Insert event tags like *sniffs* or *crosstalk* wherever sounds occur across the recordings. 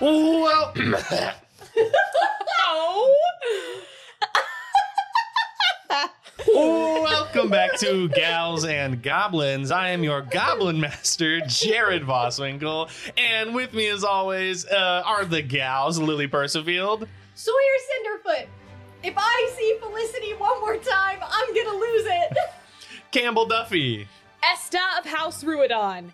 Well, welcome back to Gals and Goblins. I am your Goblin Master, Jared Voswinkle, and with me, as always, uh, are the gals, Lily Percifield. Sawyer Cinderfoot. If I see Felicity one more time, I'm gonna lose *laughs* it. Campbell Duffy. Esta of House Ruidon.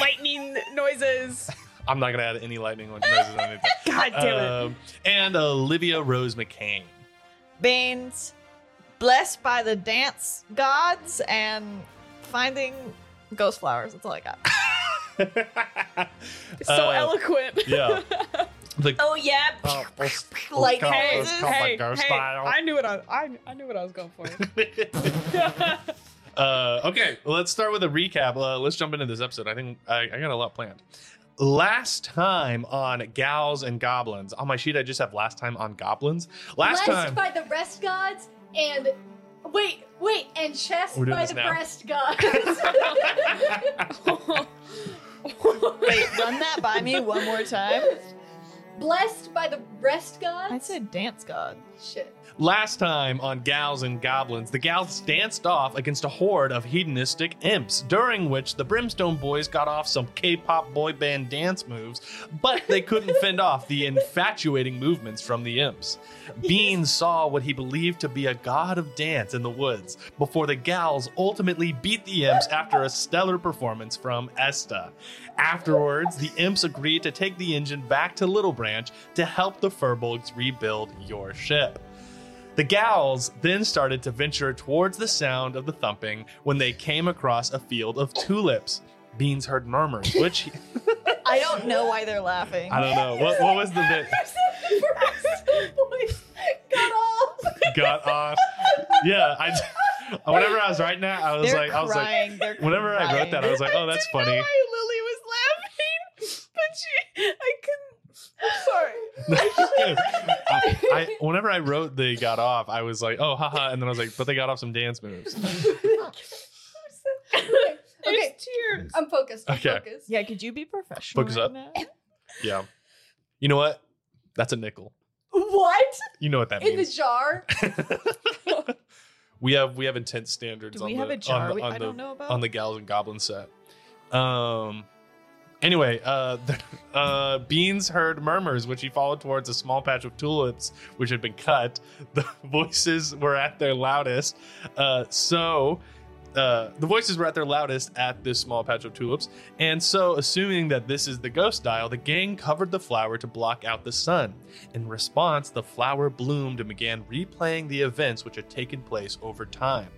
Lightning noises. I'm not gonna add any lightning noises on anything. God *laughs* damn it. Um, and Olivia Rose McCain. Beans, blessed by the dance gods, and finding ghost flowers. That's all I got. *laughs* so uh, eloquent. *laughs* Yeah. The Oh yeah. Oh, it's- it's *laughs* Like, called- Hey, it's this called hey, like ghost hey, style. I knew what I, I, I knew what I was going for. *laughs* uh, okay, let's start with a recap. Uh, let's jump into this episode. I think I, I got a lot planned. Last time on Gals and Goblins. On my sheet, I just have last time on Goblins. Last Blessed time. by the breast gods and wait, wait, and chest We're doing by this the now. *laughs* breast gods. Wait, run that by me one more time. *laughs* Blessed by the breast gods. I said dance god. shit. *laughs* Last time on Gals and Goblins, the gals danced off against a horde of hedonistic imps, during which the Brimstone Boys got off some K pop boy band dance moves, but they couldn't fend off the infatuating movements from the imps. Bean saw what he believed to be a god of dance in the woods before the gals ultimately beat the imps after a stellar performance from Esta. Afterwards, the imps agreed to take the engine back to Little Branch to help the Furbolgs rebuild your ship. The gals then started to venture towards the sound of the thumping when they came across a field of tulips. Beans heard murmurs, which I don't know why they're laughing. I don't know. What, what was the bit? *laughs* Boys got off. Got off. Yeah, I. *laughs* Whenever I was writing that, I was They're like, I was like, crying. they're *laughs* whenever I wrote crying. that, I was like, *laughs* oh, that's I funny. didn't know why Lily was laughing, *laughs* but she, I couldn't. Sorry. *laughs* I, I, whenever I wrote they got off, I was like, oh, haha, and then I was like, but they got off some dance moves. *laughs* okay, okay, There's tears. I'm focused. I'm Okay. focused. Yeah, could you be professional? Focus right up. now? Yeah. You know what? That's a nickel. What You know what that in the means. *laughs* jar? we have we have intense standards. Do on we the, have a on jar? the- we, on I the- don't know about. on the Gals and Goblins set. Um. Anyway, uh, *laughs* uh, Beans heard murmurs, which he followed towards a small patch of tulips, which had been cut. *laughs* The voices were at their loudest. Uh, so, uh, the voices were at their loudest at this small patch of tulips. And so, assuming that this is the ghost dial, the gang covered the flower to block out the sun. In response, the flower bloomed and began replaying the events which had taken place over time.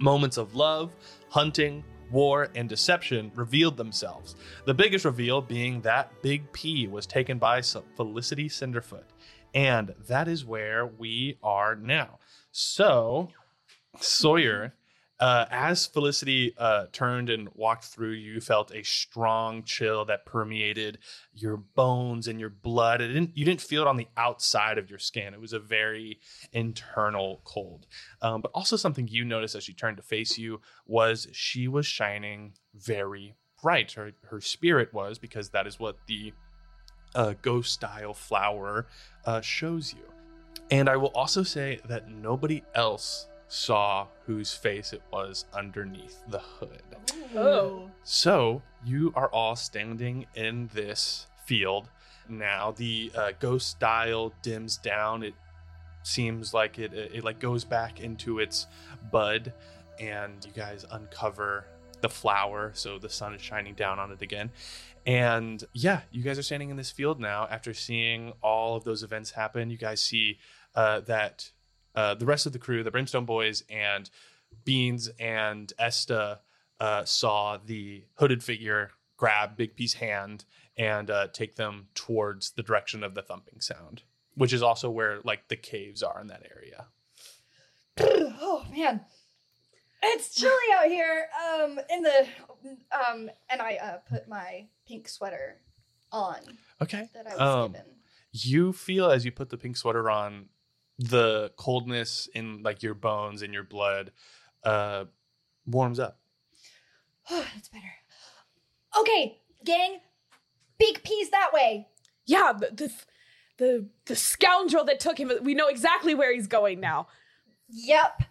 Moments of love, hunting, war, and deception revealed themselves. The biggest reveal being that Big P was taken by Fel- Felicity Cinderfoot. And that is where we are now. So, Sawyer, uh, as Felicity uh, turned and walked through, you felt a strong chill that permeated your bones and your blood. It didn't, you didn't feel it on the outside of your skin, it was a very internal cold. Um, but also something you noticed as she turned to face you was she was shining very bright. Her her spirit was because that is what the uh, ghost style flower uh, shows you. And I will also say that nobody else saw whose face it was underneath the hood. Oh. So you are all standing in this field now. The uh, ghost dial dims down. It seems like it, it it, like goes back into its bud, and you guys uncover the flower. So the sun is shining down on it again. And yeah, you guys are standing in this field now. After seeing all of those events happen, you guys see uh, that uh, the rest of the crew, the Brimstone Boys and Beans and Esta, uh, saw the hooded figure grab Big P's hand and uh, take them towards the direction of the thumping sound, which is also where like the caves are in that area. oh man, it's chilly out here. Um, in the um, and I uh, put my pink sweater on Okay. that I was Um, given. You feel as you put the pink sweater on, the coldness in like your bones and your blood uh, warms up. *sighs* Oh, that's better. Okay, gang, Big peas that way. Yeah, the, the the the scoundrel that took him. We know exactly where he's going now. Yep.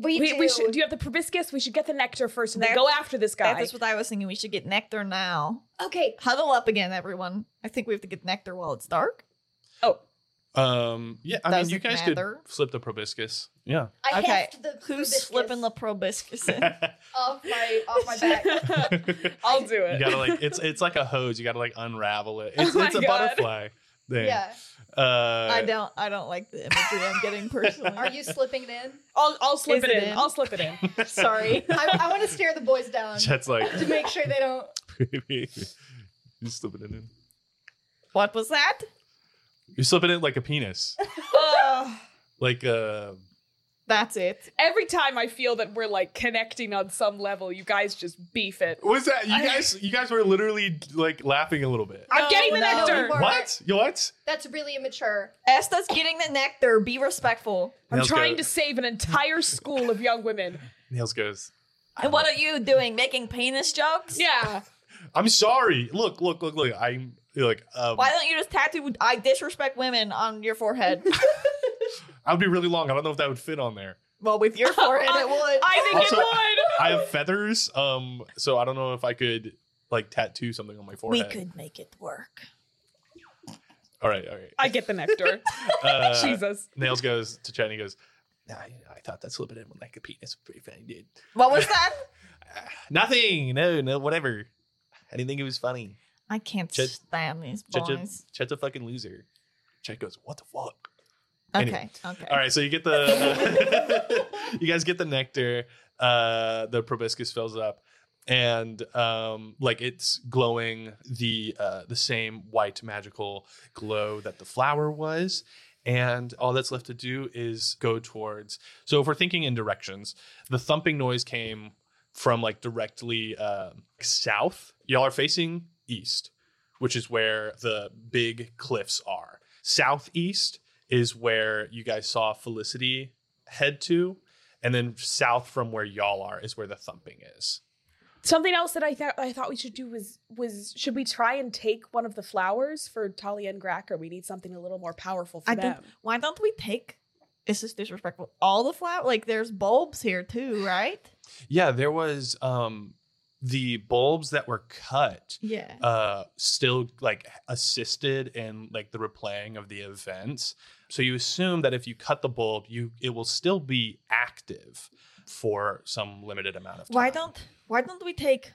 We, We, do. we should. Do you have the proboscis? We should get the nectar first and then There- go after this guy. That's what I was thinking. We should get nectar now. okay. Huddle up again, everyone. I think we have to get nectar while it's dark. Oh. Um, yeah, I mean, you Doesn't guys matter. could flip the proboscis. *laughs* Yeah. I Okay. heft the Who's proboscis slipping *laughs* the proboscis in? off my off my *laughs* back. I'll do You it. gotta like it's it's like a hose. You gotta like unravel it. It's Oh my it's a God. butterfly thing. yeah. Uh, I don't. I don't like the imagery I'm getting *laughs* personally. Are you slipping it in? I'll I'll slip Is it, it in. in? I'll slip it in. *laughs* sorry? I, I want to stare the boys *laughs* down Chet's like to make sure they don't. baby. You slipping it in. What was that? You slipping it in like a penis. Ugh. Like uh that's it. Every time I feel that we're like connecting on some level, you guys just beef it. was that you I- guys you guys were literally like laughing a little bit. I'm No, getting the no, nectar. you Or- What? You what? That's really immature. Esta's getting the nectar. Be respectful. I'm Nails trying go- to save an entire school of young women. Nails goes. And what are you doing? Making penis jokes? Yeah. I'm sorry. Look, look, look, look. I'm like um, Why don't you just tattoo "I disrespect women" on your forehead? I would be really long. I don't know if that would fit on there. well, with your forehead, *laughs* it would. I think Also- it would. I have feathers, um, so I don't know if I could like tattoo something on my we forehead. could make it work. All right, all right. I get the nectar. *laughs* *laughs* Uh, Jesus. Nails goes to Chet and he goes, nah, you know, I thought that slipping in with like a penis was pretty funny, dude. What was that? Ah, nothing. No, no, whatever. I didn't think it was funny. *laughs* I can't Chit- stand these Chet, Chet, boys. Chet's a fucking loser. Chet goes, what the fuck? Okay. anyway. Okay. *laughs* All right, so you get the *laughs* you guys get the nectar. Uh, the proboscis fills up, and um, like it's glowing the uh, the same white magical glow that the flower was. And all that's left to do is go towards. So if we're thinking in directions, the thumping noise came from like directly um south. Y'all are facing east, which is where the big cliffs are. Southeast is where you guys saw Felicity head to, and then south from where y'all are is where the thumping is. Something else that I thought I thought we should do was was should we try and take one of the flowers for Talia and Gracker? We need something a little more powerful for I them. don't. Why don't we take? Is this disrespectful? All the flower, like there's bulbs here too, right? Yeah, there was um the bulbs that were cut Yeah. uh still like assisted in like the replaying of the events. So you assume that if you cut the bulb, you it will still be active for some limited amount of time. Why don't Why don't we take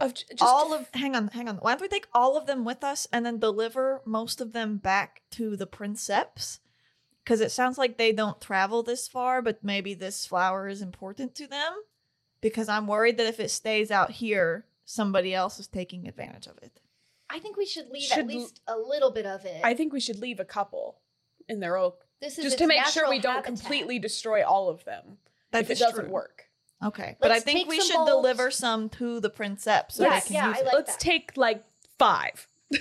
Of j- just all of? Hang on, hang on. Why don't we take all of them with us and then deliver most of them back to the princeps? Because it sounds like they don't travel this far, but maybe this flower is important to them. Because I'm worried that if it stays out here, somebody else is taking advantage of it. I think we should leave at Should l- least a little bit of it. I think we should leave a couple in their own this is just its to make sure natural we don't habitat. completely destroy all of them. That if it is doesn't true. work. Okay, but I Let's think take we some should bulbs. deliver some to the princeps. So Yes, they can yeah, use I it. like Let's that. take like five *laughs*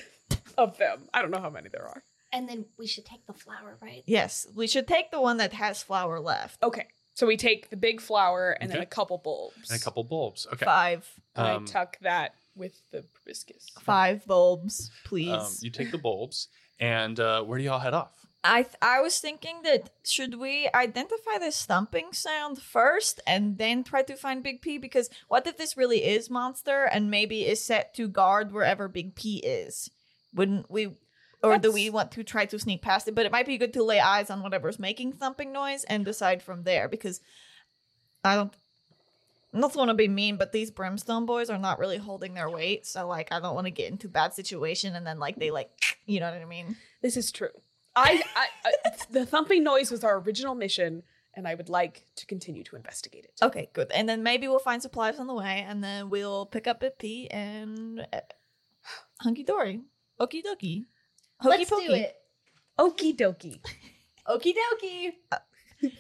of them. I don't know how many there are. and then we should take the flower, right? Yes, we should take the one that has flower left. Okay. So we take the big flower and then Okay. a couple bulbs. and a couple bulbs. Okay. Five, And Um, I tuck that with the proboscis. five bulbs, please. um, you take the bulbs and uh where do y'all head off? I th- I was thinking that should we identify the thumping sound first and then try to find Big P because what if this really is monster and maybe is set to guard wherever Big P is? Wouldn't we? Or do That's- we want to try to sneak past it? But it might be good to lay eyes on whatever's making thumping noise and decide from there because I don't. Not want to be mean, but these brimstone boys are not really holding their weight. So like, I don't want to get into bad situation and then like they like, *sniffs* you know what I mean? This is true. I, I, I *laughs* the thumping noise was our original mission, and I would like to continue to investigate it. Okay, good. And then maybe we'll find supplies on the way, and then we'll pick up at P and uh, hunky dory, okie dokie, hokey Let's do it. Okie dokie. Okie dokie.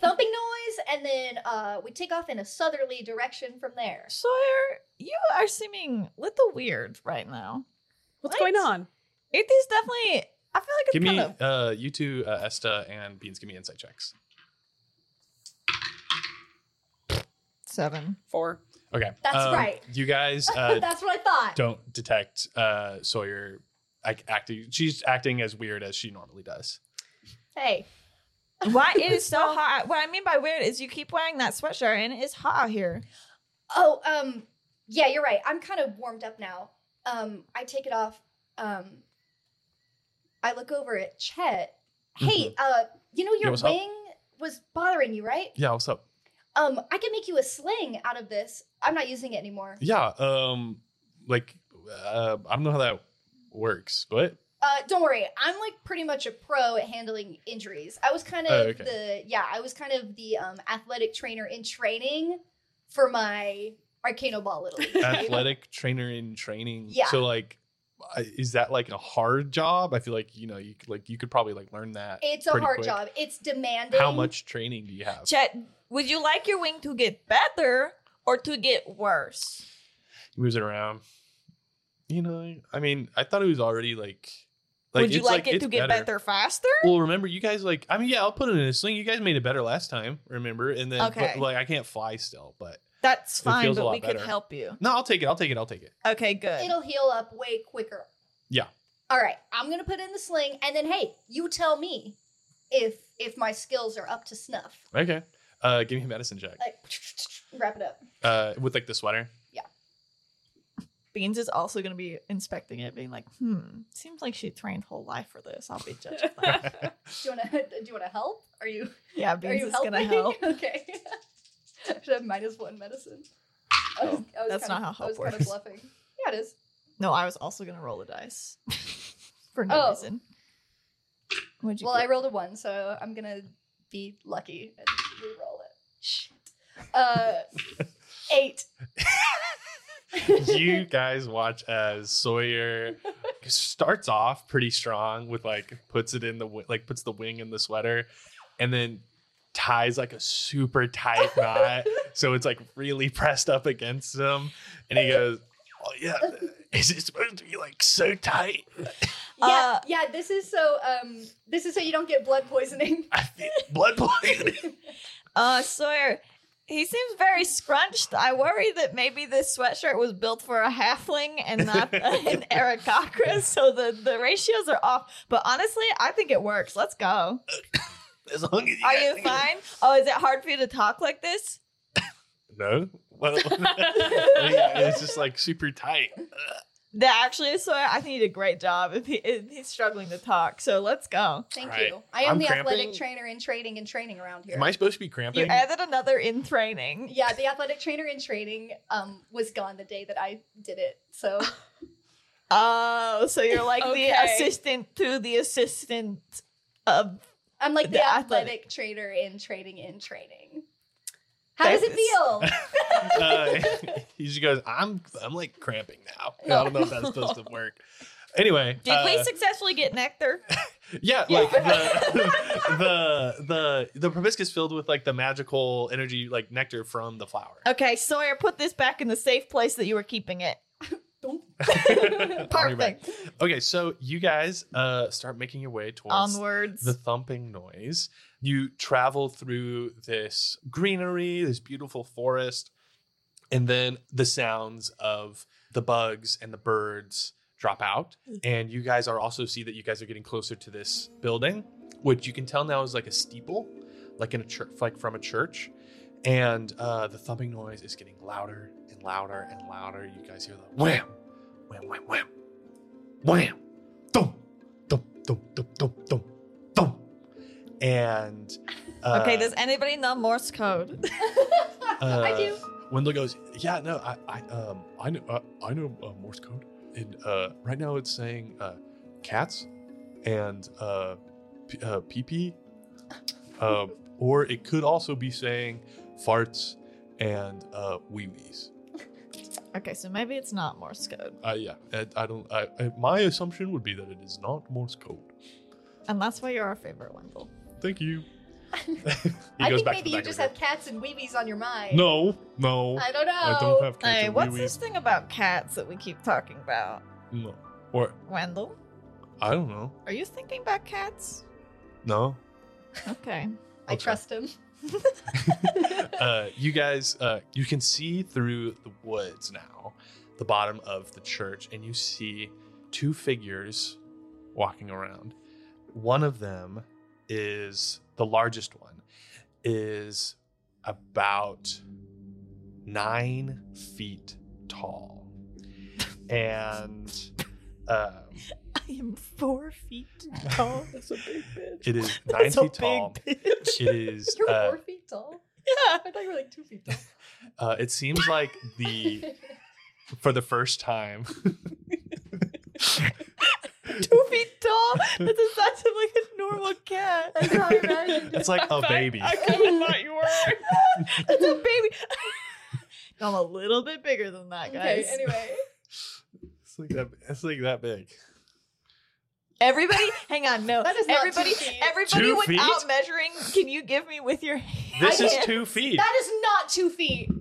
Thumping noise, and then uh, we take off in a southerly direction from there. Sawyer, you are seeming a little weird right now. What's What? going on? It is definitely. I feel like it's Give me kind of uh you two uh, Esta and Beans give me insight checks. seven. Four. *laughs* Okay. That's um, right. You guys uh, *laughs* That's what I thought. don't detect uh, Sawyer ac- acting. She's acting as weird as she normally does. Hey, Why it *laughs* is so hot? What I mean by weird is you keep wearing that sweatshirt and it is hot out here. oh, um, yeah, you're right. I'm kind of warmed up now. Um, I take it off. Um, I look over at Chet. Hey, uh, you know Mm-hmm. your what's up? wing was bothering you, right? Yeah, what's up? Um, I can make you a sling out of this. I'm not using it anymore. Yeah, um, like uh, I don't know how that works, but *laughs* Uh, don't worry, I'm like pretty much a pro at handling injuries. I was kind of Oh, okay. the yeah, I was kind of the um athletic trainer in training for my Arcano Ball Little League. athletic trainer in training. Yeah. So like, I- is that like a hard job? I feel like you know you could- like you could probably like learn that. It's a pretty hard quick. job. It's demanding. How much training do you have? Chet, would you like your wing to get better or to get worse? He moves it around. You know, I mean, I thought it was already like, like would you it's, like, it it's to get better, faster? Well, remember, you guys like. I mean, yeah, I'll put it in a sling. You guys made it better last time, remember? And then, but, Okay. like, I can't fly still, but That's It fine, feels a but lot we could better. help you. no, I'll take it. I'll take it. I'll take it. Okay, good. It'll heal up way quicker. Yeah. All right, I'm gonna put in the sling, and then hey, you tell me if if my skills are up to snuff. Okay. Uh, give me a medicine check. Like wrap it up. Uh, with like the *laughs* *laughs* sweater. Beans is also going to be inspecting it, being like, hmm, seems like she trained whole life for this. I'll be judged of that. *laughs* Do you wanna *laughs* do you wanna help? Are you yeah, are Beans you is going to helping? *laughs* help. okay. Should have minus one medicine. I was, I was that's kinda, not how help I was kind works. of bluffing. Yeah, it is. No, I was also going to roll the dice *laughs* for no Oh. reason. What'd you Well, get? I rolled a one, so I'm gonna be lucky and re-roll it. Shit. *laughs* Uh, eight. *laughs* you guys watch as Sawyer starts off pretty strong with like puts it in the wi- like puts the wing in the sweater, and then ties like a super tight knot, *laughs* so it's like really pressed up against him, and he goes, "Oh *laughs* yeah, is it supposed to be like so tight? Yeah, Uh, yeah. This is so. Um, this is so you don't get blood poisoning. *laughs* I feel *laughs* blood poisoning." Uh, Sawyer, he seems very scrunched. I worry that maybe this sweatshirt was built for a halfling and *laughs* not an Arakakra, so the, the ratios are off. But honestly, I think it works. *laughs* Let's go. *laughs* As long as you Are guys you think it's- fine? Oh, is it hard for you to talk like this? *laughs* No. Well, *laughs* it's just like super tight. That actually, Sawyer, I think you did a great job. If he if he's struggling to talk, so let's go. Thank Right. you. I am I'm the athletic cramping. trainer in training and training around here. Am I supposed to be You cramping? added another in training. yeah, the athletic trainer in training um was gone the day that I did it. *laughs* So Oh, so you're like the Okay. assistant to the assistant of. I'm like the, The athletic, athletic- trainer in training in training. How does it Thanks. *laughs* feel? *laughs* uh, he just goes, "I'm I'm like cramping now. I don't know if that's supposed to work." Anyway, Did we uh, successfully get nectar? yeah, like the, *laughs* the the the proboscis filled with like the magical energy, like nectar from the *laughs* flower. *laughs* Okay, Sawyer, put this back in the safe place that you were keeping it. I'll be back. Perfect. Okay, so you guys uh, start making your way towards Onwards. the thumping noise. You travel through this greenery, this beautiful forest, and then the sounds of the bugs and the birds drop out. And you guys are also see that you guys are getting closer to this building, which you can tell now is like a steeple, like in a church, like from a church. And uh, the thumping noise is getting louder and louder and louder. You guys hear the wham, wham, wham, wham, wham, thump, thump, thump, thump, thump, thump, thump. And uh, okay, does anybody know Morse code? *laughs* I Uh, do. Wendell goes, yeah, no, I, I, um, I know, uh, I know uh, Morse code, and uh, right now it's saying uh, cats, and uh, p- uh, pee *laughs* pee, um, or it could also be saying farts and uh, wee wees. Okay, so maybe it's not Morse code. Uh, yeah, I, I don't. I, I, my assumption would be that it is not Morse code. And that's why you're our favorite Wendell. Thank you. he I think back to maybe the you back of just the have group. cats and weebies on your mind. No, no, I don't know. I don't have cats Hey, and what's wee this wees. thing about cats that we keep talking about? No, or Wendell, I don't know. are you thinking about cats? No, Okay. I Okay. *laughs* trust him. uh, you guys, uh, you can see through the woods now, the bottom of the church, and you see two figures walking around. One of them is the largest one, is about nine feet tall. And um, I am four feet tall. That's a big bitch. it *laughs* is nine That's a feet tall. big bitch. It is, You're uh, four feet tall. *laughs* yeah. I thought you were like two feet tall. uh, it seems like *laughs* the, for the first time, Two feet tall. That's the size of like a normal cat. That's how I imagined *laughs* it. it's like a baby. I kind of thought you were. That's a *laughs* baby. I'm a little bit bigger than that, Okay, guys. anyway. It's like that. It's like that big. Everybody, hang on. No, That is not two everybody, feet. everybody Two without feet? measuring, can you give me with your hand? This I is can't- two feet. That is not two feet.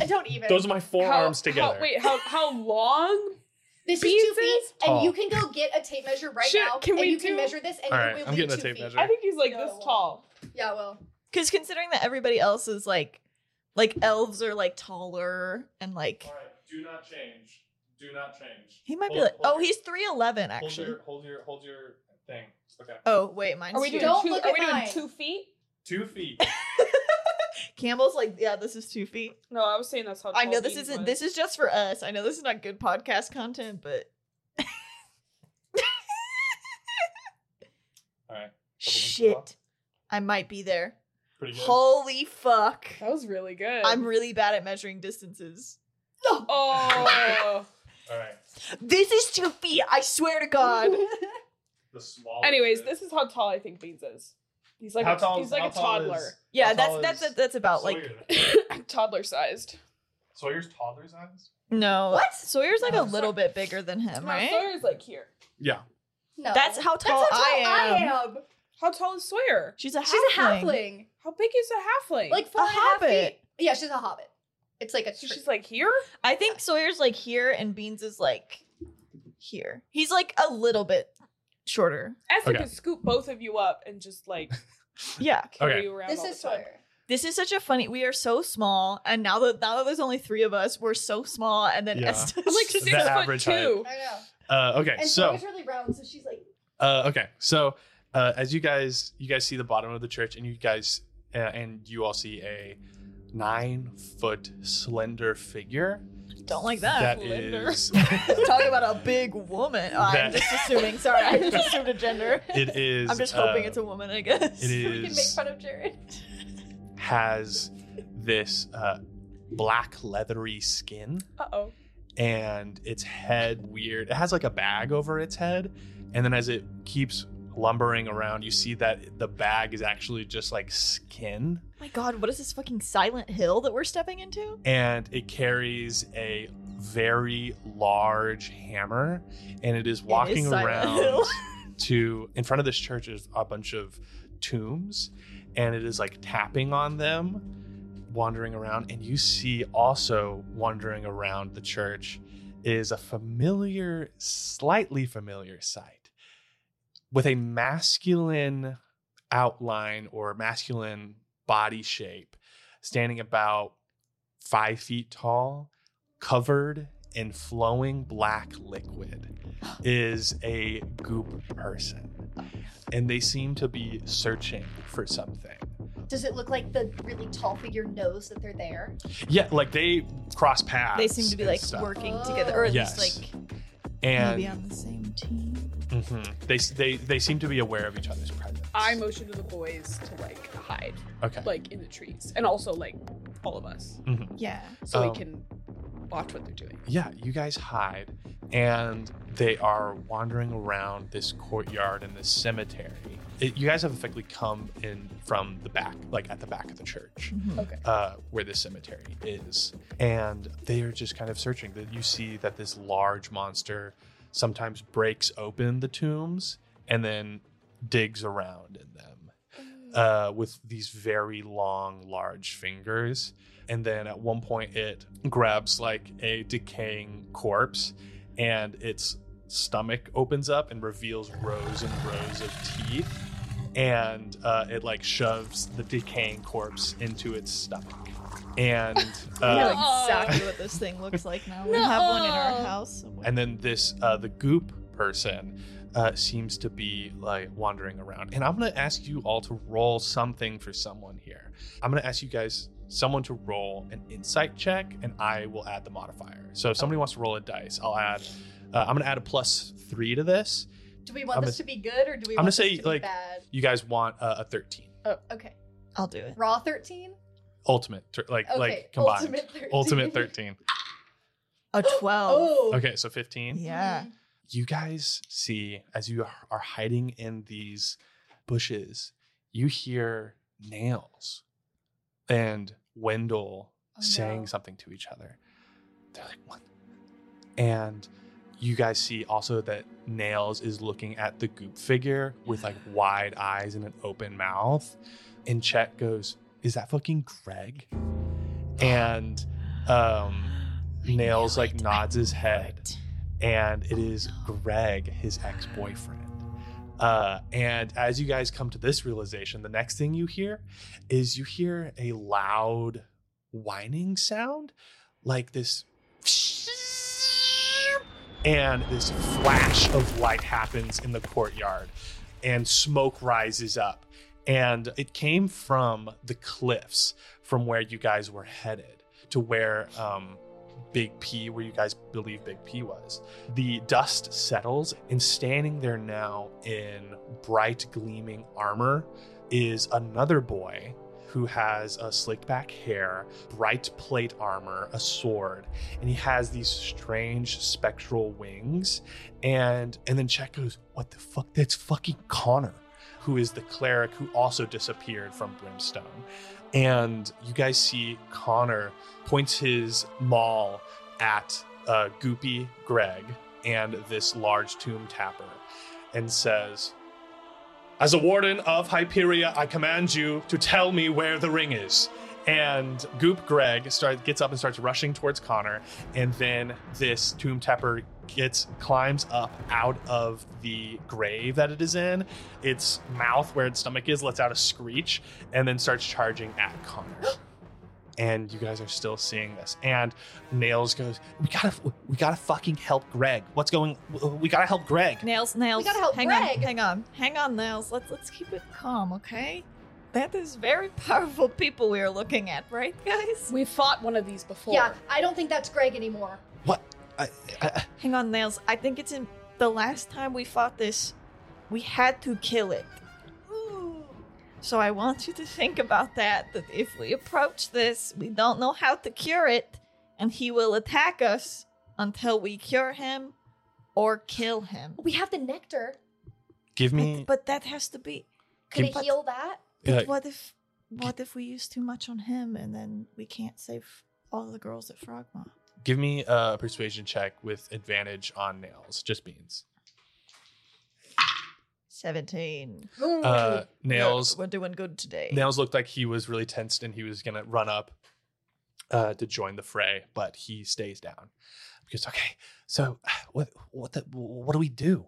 I don't even. Those are my forearms together. wait, how how long? this is two pieces? feet, Tall. and you can go get a tape measure right Shit, now, can and we you do- can measure this, and All it right, will I'm be getting a two tape feet. measure. I think he's like No, this well. tall. Yeah, well, Because considering that everybody else is like, like elves are like taller and like right, do not change. Do not change. he might be Hold- like, hold- oh, he's three eleven actually. hold your, hold your thing. Okay, Oh wait, mine's Are we huge. doing Don't two, look are at we doing mine. two feet? two feet. Campbell's like, yeah, this is two feet. No, I was saying that's how. I tall know this Dean isn't. was. This is just for us. I know this is not good podcast content, but All right, shit, I might be there. pretty Holy fuck! That was really good. I'm really bad at measuring distances. *laughs* Oh. All right, This is two feet. I swear to *laughs* God. *laughs* the smallest. Anyways, this is how tall I think Beans is. He's like a, he's like a toddler, Yeah, that's that's that's about like toddler sized. Sawyer's toddler size. no. What? Sawyer's like No, a little bit bigger than him, Now right? Sawyer's like here. Yeah, no. That's how That's tall, I, am. I am. How tall is Sawyer? She's a halfling. She's a halfling. How big is a halfling? Like four A and a half hobbit. feet. Yeah, she's a hobbit. It's like a. so tree. she's like here. I think Sawyer's like here and Beans is like here. He's like a little bit *laughs* shorter. Essa Okay. could scoop both of you up and *laughs* just like Yeah. carry Okay. you around. this all is the time. Sawyer. This is such a funny. We are so small, and now that now that there's only three of us, we're so small. And then Yeah. *laughs* Esta's I'm like six just- The foot average height. two. I know. Uh, okay, And so Sawyer's really round, so she's like. Uh, okay, so uh, as you guys you guys see the bottom of the church, and you guys uh, and you all see a nine foot slender figure. don't like that. That Slender. is, *laughs* Talk about a big woman. Oh, I'm That- just assuming. Sorry, I *laughs* just assumed a gender. it is. I'm just hoping uh, it's a woman. I guess It We can make is fun of Jared. has this uh, black leathery skin, Uh oh. and its head weird. It has like a bag over its head, and then as it keeps lumbering around, you see that the bag is actually just like skin. Oh my god, what is this fucking Silent Hill that we're stepping into? and it carries a very large hammer and it is walking Silent around *laughs* Hill. to in front of this church is a bunch of tombs and it is like tapping on them wandering around and you see also wandering around the church is a familiar slightly familiar sight with a masculine outline or masculine body shape standing about five feet tall, covered in flowing black liquid, is a goop person. And they seem to be searching for something. Does it look like the really tall figure knows that they're there? Yeah, like they cross paths. They seem to be and like stuff. working together, or at Yes. least like maybe and on the same team. mhm, they, they they seem to be aware of each other's presence. I motion to the boys to like hide, okay. like in the trees, and also like all of us, Yeah. so Um, we can watch what they're doing. yeah, you guys hide, and they are wandering around this courtyard and this cemetery. It, you guys have effectively come in from the back, like at the back of the church, Mm-hmm. uh, where this cemetery is, and they are just kind of searching. That you see that this large monster sometimes breaks open the tombs and then digs around in them uh, with these very long, large fingers. And then at one point, it grabs like a decaying corpse and its stomach opens up and reveals rows and rows of teeth. And uh, it like shoves the decaying corpse into its stomach. and I uh, know exactly what this thing looks like now. *laughs* We No. have one in our house. somewhere. and then this uh, the goop person uh, seems to be like wandering around and i'm going to ask you all to roll something for someone here i'm going to ask you guys someone to roll an insight check and i will add the modifier so if somebody wants to roll a dice i'll add uh, i'm going to add a plus three to this Do we want I'm this to be good or do we I'm gonna want this say, to be like- bad? you guys want uh, a 13 Okay. I'll do it. Raw 13? ultimate tr- like Okay. like combined Ultimate 13. *laughs* ultimate 13 A twelve. Oh. okay so 15 Yeah. Mhm. you guys see as you are hiding in these bushes you hear nails and wendell Oh, saying no. something to each other they're like what and you guys see also that nails is looking at the goop figure with *gasps* like wide eyes and an open mouth and chet goes is that fucking *gasps* greg and um nails like nods his head and it is Greg, his ex boyfriend. Uh, and as you guys come to this realization, the next thing you hear is you hear a loud whining sound, like this, and this flash of light happens in the courtyard, and smoke rises up. And it came from the cliffs from where you guys were headed to where um, Big P, where you guys believe Big P was. The dust settles, and standing there now in bright gleaming armor is another boy who has a slicked back hair, bright plate armor, a sword, and he has these strange spectral wings. And and then Chet goes, "What the fuck? That's fucking Connor." Who is the cleric who also disappeared from Brimstone? And you guys see Connor points his maul at uh, Goopy Greg and this large tomb tapper and says, As a warden of Hyperia, I command you to tell me where the ring is. And Goop Greg start, gets up and starts rushing towards Connor. And then this tomb tapper gets climbs up out of the grave that it is in. Its mouth, where its stomach is, lets out a screech and then starts charging at Connor *gasps* and you guys are still seeing this. And Nails goes, "We gotta, we gotta fucking help Greg. What's going? We gotta help Greg." Nails, nails. We gotta help hang Greg. on, hang on, hang on, nails. Let's let's keep it calm, okay? That is very *laughs* powerful people we are looking at, right, guys? We fought one of these before. Yeah, *gasps* I don't think that's Greg anymore. I, I, Hang on, nails. I think it's in the last time we fought this, we had to kill it. So I want you to think about that. That if we approach this, we don't know how to cure it, and he will attack us until we cure him or kill him. We have the nectar. give But, me. but that has to be. Could Can- it heal that? But uh, what if what if we use too much on him and then we can't save all the girls at Frogmont? give me a persuasion check with advantage on Nails, just beans. Seventeen. Uh, Nails, We're, we're doing good today. Nails looked like he was really tensed and he was gonna run up uh, to join the fray, but he stays down because okay. So *sighs* what what the, what do we do?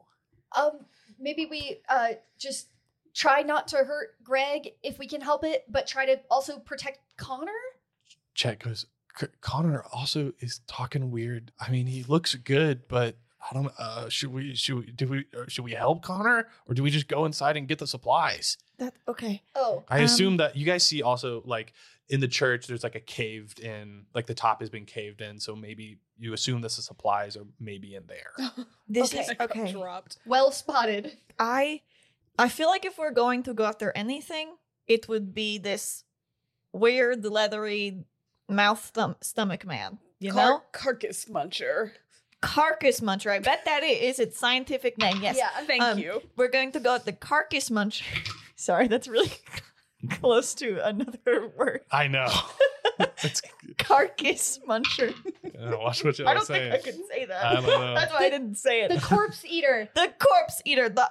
Um, maybe we uh just try not to hurt Greg if we can help it, but try to also protect Connor. Chet goes, "C- Connor also is talking weird. I mean, he looks good, but I don't. Uh, should we? Should we? Do we? uh, Should we help Connor, or do we just go inside and get the supplies? That okay. Oh, I Um, assume that you guys see also like in the church, there's like a caved in, like the top has been caved in, so maybe you assume that the supplies are maybe in *laughs* there. This Okay. is I got okay. dropped. *laughs* well spotted. I I feel like if we're going to go after anything, it would be this weird leathery mouth stom- stomach man. You Car- know? carcass muncher. Carcass muncher. I bet that it is its scientific name. Yes. Yeah. Thank Um, you. *laughs* We're going to go at the carcass muncher. *laughs* Sorry, that's really *laughs* close to another *laughs* word. I know. It's, Carcass muncher. uh, watch what you're I don't saying. think I could say that. I don't know. That's why I didn't say The it. corpse eater. The corpse eater, the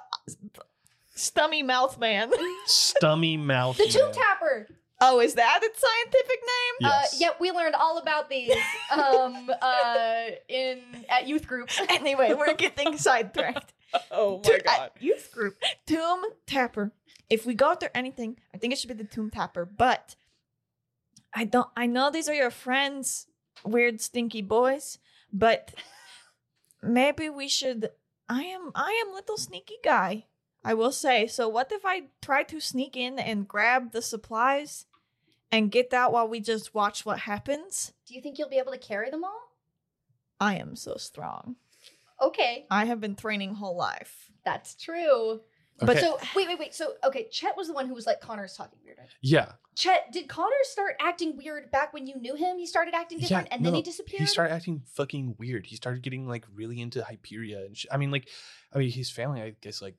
stummy mouth man. Stummy mouth. The tomb man. tapper. Oh, is that its scientific name? Yes. Uh, yep, we learned all about these um, uh, in at youth *laughs* group. Anyway, we're getting sidetracked. Oh my *laughs* To- at god. youth group. Tomb Tapper. If we go after anything, I think it should be the Tomb Tapper, but I don't I know these are your friends, weird stinky boys, but maybe we should I am I am little sneaky guy, I will say. So what if I try to sneak in and grab the supplies and get out while we just watch what happens? Do you think you'll be able to carry them all? I am so strong. Okay, I have been training whole life. that's true. Okay. So wait, wait, wait. So okay, Chet was the one who was like Connor's talking weird. right? yeah. Chet, did Connor start acting weird back when you knew him? He started acting Yeah, different, and then no, he disappeared. He started acting fucking weird. He started getting like really into Hyperia and sh- I mean like I mean his family I guess like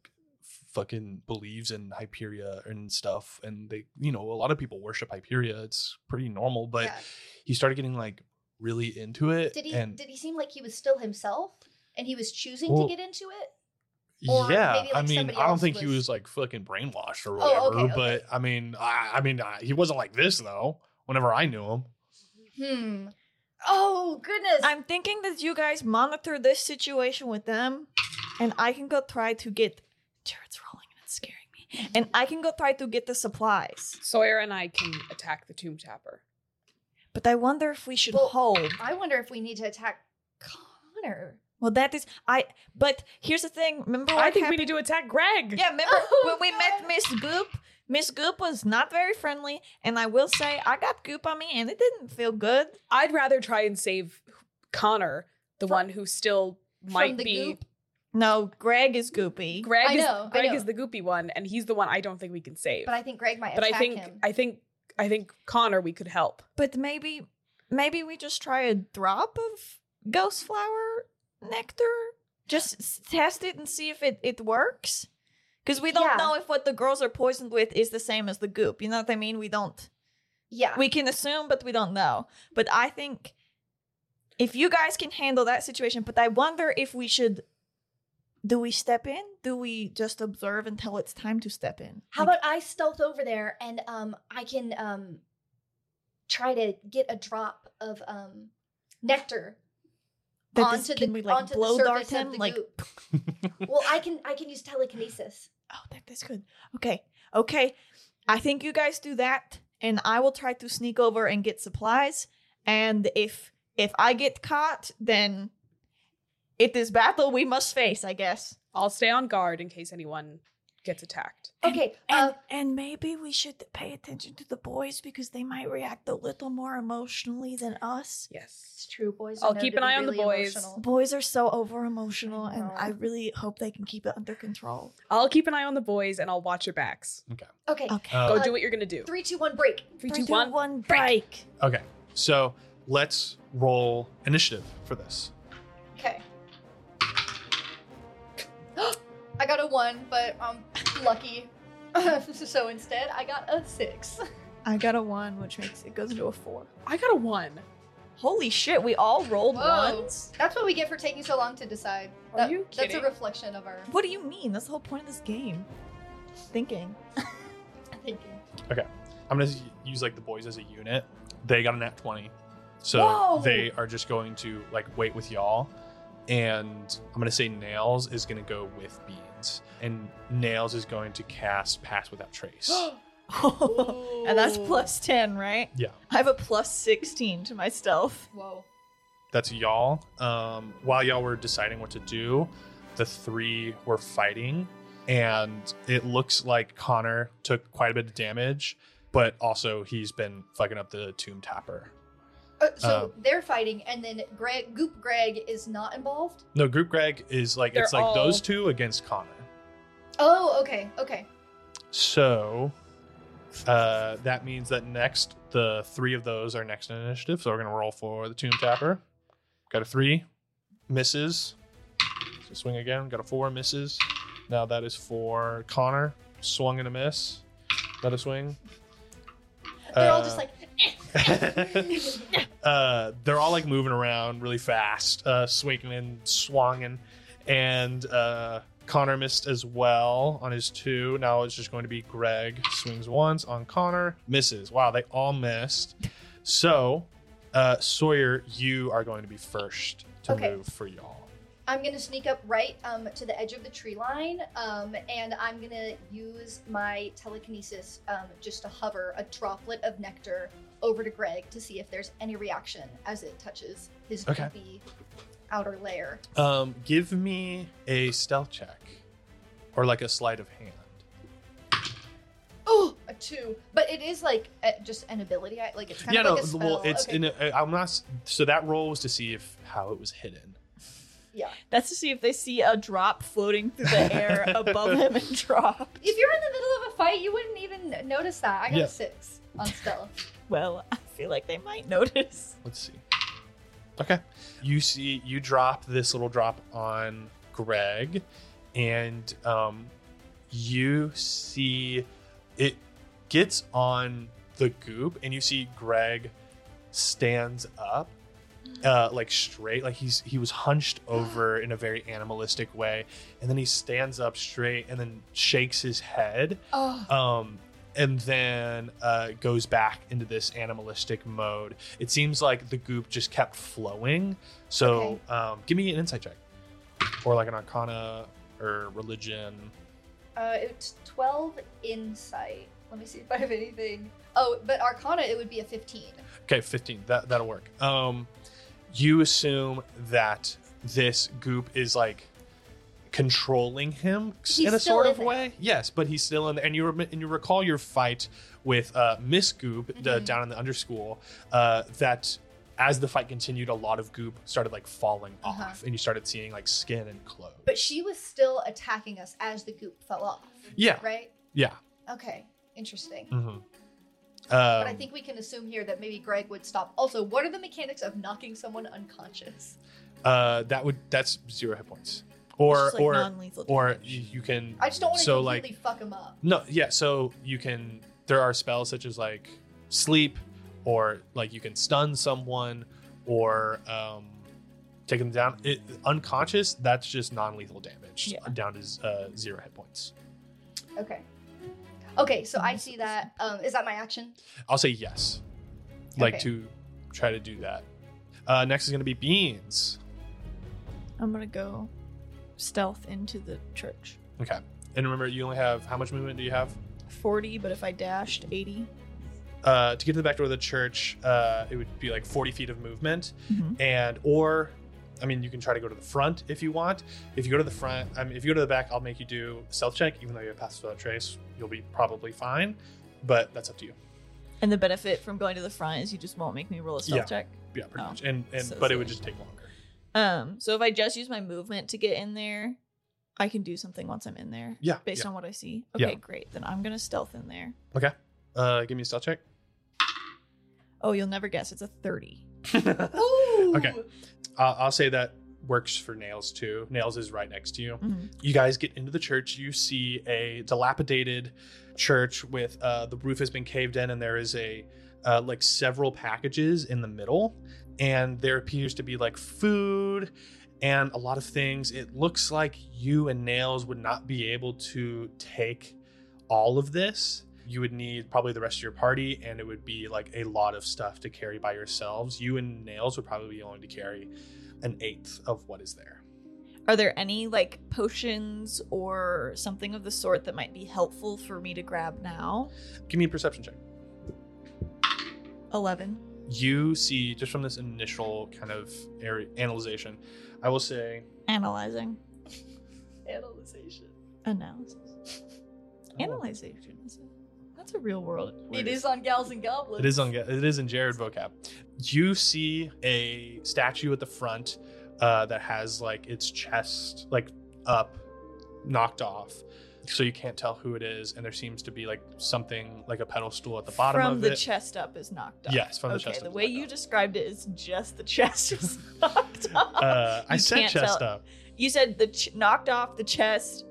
fucking believes in Hyperia and stuff and they you know a lot of people worship Hyperia. It's pretty normal, but Yeah. he started getting like really into it Did he? and did he seem like he was still himself, and he was choosing Well, to get into it? or yeah, maybe, like, I mean, somebody I don't else think he was- was like fucking brainwashed or whatever, Oh, okay, but I mean, I, I mean, I, he wasn't like this though. Whenever I knew him, Hmm. Oh goodness. I'm thinking that you guys monitor this situation with them, and I can go try to get. Jared's rolling and it's scaring me. And I can go try to get the supplies. Sawyer and I can attack the tomb chopper. But I wonder if we should Well- hold. I wonder if we need to attack Connor. Well, that is I. But here's the thing. Remember, Oh, I think what we happened- need to attack Greg. Yeah, remember *laughs* Oh, when we met God. Miss Goop? Miss Goop was not very friendly, and I will say I got Goop on me, and it didn't feel good. I'd rather try and save Connor, the From- one who still might the be. goop? No, Greg is goopy. Greg, I is, know, I Greg know. is the goopy one, and he's the one I don't think we can save. But I think Greg might But I attack think him. I think I think Connor we could help. But maybe, maybe we just try a drop of ghost flower nectar. Just s- test it and see if it it works. Because we don't Yeah. know if what the girls are poisoned with is the same as the goop. You know what I mean? We don't. yeah. We can assume, but we don't know. But I think if you guys can handle that situation, but I wonder if we should. Do we step in? Do we just observe until it's time to step in? How about Like, I stealth over there and um I can um try to get a drop of um nectar that onto this- the can we like onto the blow dart surface of him? the Like goop. *laughs* well, I can I can use telekinesis. Oh, that, that's good. Okay. Okay. I think you guys do that, and I will try to sneak over and get supplies. And if if I get caught, then it is battle we must face, I guess. I'll stay on guard in case anyone gets attacked. And- Okay, And uh, and maybe we should pay attention to the boys because they might react a little more emotionally than us. it's Yes. true, boys. I'll are known keep an to be eye on the really boys. emotional. Boys are so over emotional, and know. I really hope they can keep it under control. I'll keep an eye on the boys and I'll watch your backs. Okay, Okay. Uh, Go Uh, do what you're gonna do. three, two, one, break. Three, Three, two, two, one. one, break. okay, so let's roll initiative for this. Okay. *gasps* I got a one, but I'm lucky. *laughs* so instead, I got a six. I got a one, which makes it goes into a four. I got a one. Holy shit, we all rolled Whoa. ones? That's what we get for taking so long to decide. Are That- you That's a kidding? reflection of our *laughs* What do you mean? That's the whole point of this game. Thinking. *laughs* thinking. I'm gonna use like the boys as a unit. They got a nat twenty, so Whoa! they are just going to like wait with y'all. And I'm gonna say Nails is gonna go with Beans, and Nails is going to cast Pass Without *gasps* Trace. *gasps* and that's plus 10, right? yeah, I have a plus 16 to my stealth. Whoa. that's y'all. Um, while y'all were deciding what to do, the three were fighting, and it looks like Connor took quite a bit of damage, but also he's been fucking up the tomb tapper. Uh, so they're fighting, and then Greg, Goop Greg is not involved. No, Group Greg is like it's They're like those all- two against Connor. Oh, okay, okay. So uh, that means that next the three of those are next in initiative. So we're gonna roll for the Tomb Tapper. Got a three, misses. So swing again. Got a four, misses. Now that is for Connor. Swung and a miss. Not a swing. They're all Uh, just like, *laughs* uh, they're all like moving around really fast, uh, swinging and swanging. And uh, Connor missed as well on his two. Now it's just going to be Greg swings once on Connor, misses. Wow, they all missed. So, uh, Sawyer, you are going to be first to Okay. move for y'all. I'm gonna sneak up right um, to the edge of the tree line, um, and I'm gonna use my telekinesis um, just to hover a droplet of nectar over to Greg to see if there's any reaction as it touches his Okay. creepy outer layer. Um, give me a stealth check, or like a sleight of hand. Oh, a two, but it is like uh, just an ability. I like it's kind yeah, of no, like a spell. well, it's Okay. in. A, I'm not. s- So that roll was to see if how it was hidden. yeah. That's to see if they see a drop floating through *laughs* the air above him and drop. If you're in the middle of a fight, you wouldn't even notice that. I got Yeah. a six on stealth. Well, I feel like they might notice. Let's see. Okay. You see, you drop this little drop on Greg, and um, you see it gets on the goop, and you see Greg stands up, uh, like straight, like he's he was hunched over in a very animalistic way, and then he stands up straight, and then shakes his head, Oh, *sighs* um, and then uh, goes back into this animalistic mode. It seems like the goop just kept flowing. So um, give me an insight check, or like an arcana or religion. uh, it's twelve insight. Let me see if I have anything. Oh, but Arcana, it would be a fifteen. Okay, fifteen. That that'll work. Um, you assume that this goop is like controlling him s- He's in a still sort in of there. way. Yes, but he's still in. There. And you rem- and you recall your fight with uh, Miss Goop d- Mhm. down in the underschool. Uh, that as the fight continued, a lot of goop started like falling Uh-huh. off, and you started seeing like skin and clothes. But she was still attacking us as the goop fell off, yeah, right? yeah. Okay, interesting. Mm-hmm. Um, But I think we can assume here that maybe Greg would stop. Also, what are the mechanics of knocking someone unconscious? uh, that would that's zero hit points, or It's just, like, or non-lethal or y- damage. you can. I just don't want to So, like- completely fuck him up. No, yeah. So you can. There are spells such as like sleep, or like you can stun someone, or um, take them down. It, unconscious. That's just non-lethal damage. Yeah. Down to z- uh, zero hit points. Okay. Okay, so I see that. Um, is that my action? I'll say yes. Like Okay. to try to do that. Uh, next is going to be beans. I'm gonna go stealth into the church. Okay. And remember, you only have how much movement do you have? 40, but if I dashed, 80. Uh, to get to the back door of the church, uh, it would be like 40 feet of movement. Mhm. And, or, I mean, you can try to go to the front if you want. If you go to the front, I mean, if you go to the back, I'll make you do stealth check, even though you have passes without trace. You'll be probably fine, but that's up to you. And the benefit from going to the front is you just won't make me roll a stealth Yeah. check. Yeah, pretty Oh, much. And, and, so but it would silly. just take longer. Um, so if I just use my movement to get in there, I can do something once I'm in there. Yeah, Based yeah. on what I see. Yeah. Okay, great. Then I'm gonna stealth in there. Uh, give me a stealth check. Oh, you'll never guess. It's a 30. Ooh! Okay. Uh, I'll say that works for Nails too. Nails is right next to you. Mhm. You guys get into the church. You see a dilapidated church with uh, the roof has been caved in, and there is a uh, like several packages in the middle, and there appears to be like food and a lot of things. It looks like you and Nails would not be able to take all of this. You would need probably the rest of your party, and it would be like a lot of stuff to carry by yourselves. You and Nails would probably be willing to carry an eighth of what is there. Are there any like potions or something of the sort that might be helpful for me to grab now? Give me a perception check. 11. you see just from this initial kind of area, analyzation i will say Analyzing. Analyzation. Analysis. Oh. Analyzation. is a- That's a real world. word. It is on Gals and Goblins. it is on it is in jared vocab you see a statue at the front uh, that has like its chest like up knocked off so you can't tell who it is and there seems to be like something like a pedestal at the bottom from of the it chest up is knocked up. yes from the okay, chest the up, way knocked you off. described it is just the chest *laughs* is knocked up. uh, i *laughs* You said can't chest tell- up You said the ch- knocked off the chest,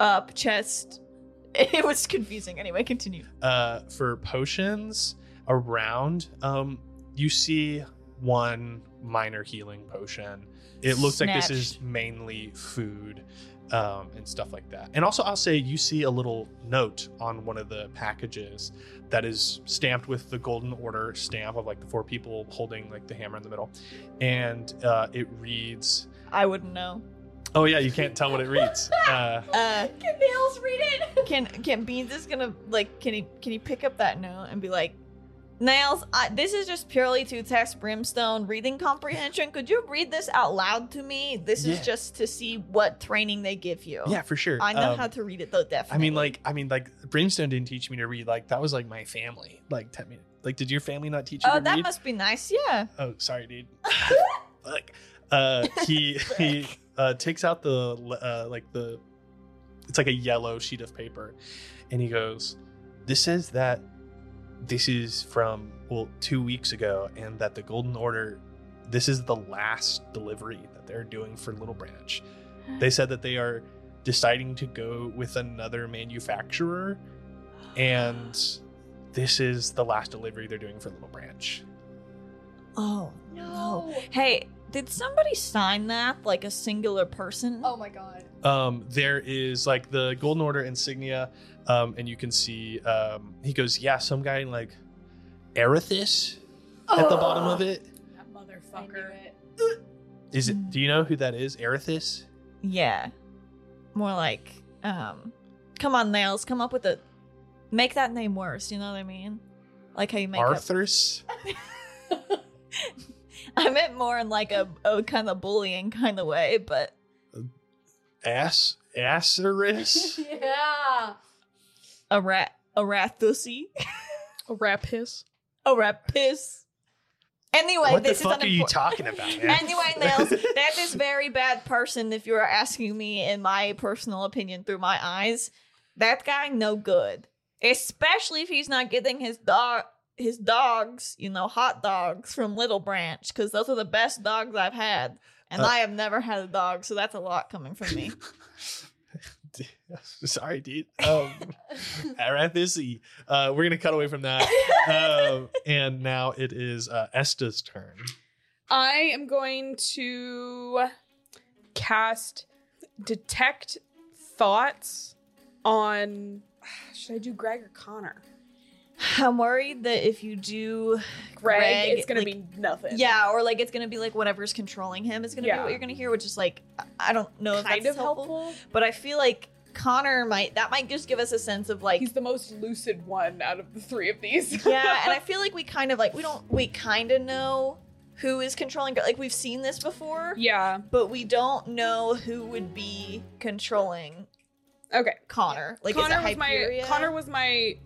up chest. *laughs* It was confusing. Anyway, continue. uh, for potions around, um, you see one minor healing potion. It looks like this is Snatched. mainly food um, and stuff like that. And also, I'll say you see a little note on one of the packages that is stamped with the Golden Order stamp of like the four people holding like the hammer in the middle, and uh, it reads. I wouldn't know. Oh yeah, you can't tell what it reads. Uh, Uh, Can Nails read it? *laughs* can can Beans is gonna like can he can he pick up that note and be like, Nails, I, this is just purely to test Brimstone reading comprehension. Could you read this out loud to me? This is Yeah. just to see what training they give you. Yeah, for sure. I know Um, how to read it though, I definitely. mean, like, I mean, like, Brimstone didn't teach me to read. Like, that was like my family. Like, te- like, did your family not teach you oh, to that read? must be nice. Yeah. oh, sorry, dude. *laughs* like, uh, he he uh, takes out the uh, like the, it's like a yellow sheet of paper, and he goes, "This says that this is from well two weeks ago, and that the Golden Order, this is the last delivery that they're doing for Little Branch. They said that they are deciding to go with another manufacturer, and." This is the last delivery they're doing for Little Branch. Oh no. Hey, did somebody sign that? Like a singular person? Oh my god. um, there is like the Golden Order insignia, um, and you can see um, he goes, yeah, some guy in like Erithis at the bottom of it. That Oh. I knew motherfucker. it. Is it? Do you know who that is? Erithis. Yeah. More like, um, come on, Nails, come up with a. Make that name worse, you know what I mean? Like how you make up- Arthurs. *laughs* I meant more in like a, a kind of bullying kind of way, but Ass. *laughs* Asseris. *laughs* yeah. a rat, a rat thussy, A rap hiss. *laughs* a rat piss. Anyway, what the this fuck is are you unimpor- talking about? Man? Anyway, Nails, that is very bad person. If you are asking me, in my personal opinion, through my eyes, that guy no good. Especially if he's not getting his dog, his dogs, you know, hot dogs from Little Branch, because those are the best dogs I've had, and Uh, I have never had a dog, so that's a lot coming from me. *laughs* Sorry, dude. *laughs* Um, Arethisi. Uh, we're gonna cut away from that. Um, and now it is uh, Esta's turn. I am going to cast detect thoughts on. Should I do Greg or Connor? I'm worried that if you do, Greg, Greg, it's gonna like- be nothing. yeah, or like it's gonna be like whatever's controlling him is gonna be Yeah. what you're gonna hear, which is like I- I don't know if kind that's of helpful. but I feel like Connor might that might just give us a sense of like He's the most lucid one out of the three of these. *laughs* *laughs* yeah, and I feel like we kind of like we don't we kind of know who is controlling like we've seen this before, yeah. but we don't know who would be controlling Okay. Connor. Like is it Connor was my Hyperia? Connor was my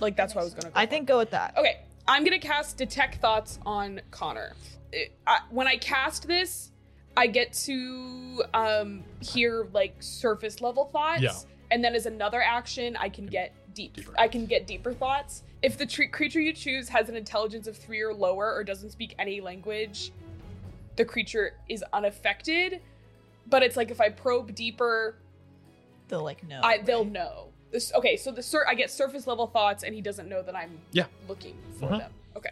like that's what I was gonna. Go I for. think go with that. Okay, I'm gonna cast detect thoughts on Connor. It- I, when I cast this, I get to um, hear like surface level thoughts, Yeah. and then as another action, I can get deep. Deeper. I can get deeper thoughts. If the tre- creature you choose has an intelligence of three or lower, or doesn't speak any language, the creature is unaffected. But it's like if I probe deeper, They'll like no. I, they'll know. This, okay, so the sur- I get surface level thoughts, and he doesn't know that I'm Yeah. looking for Mhm. them. Okay.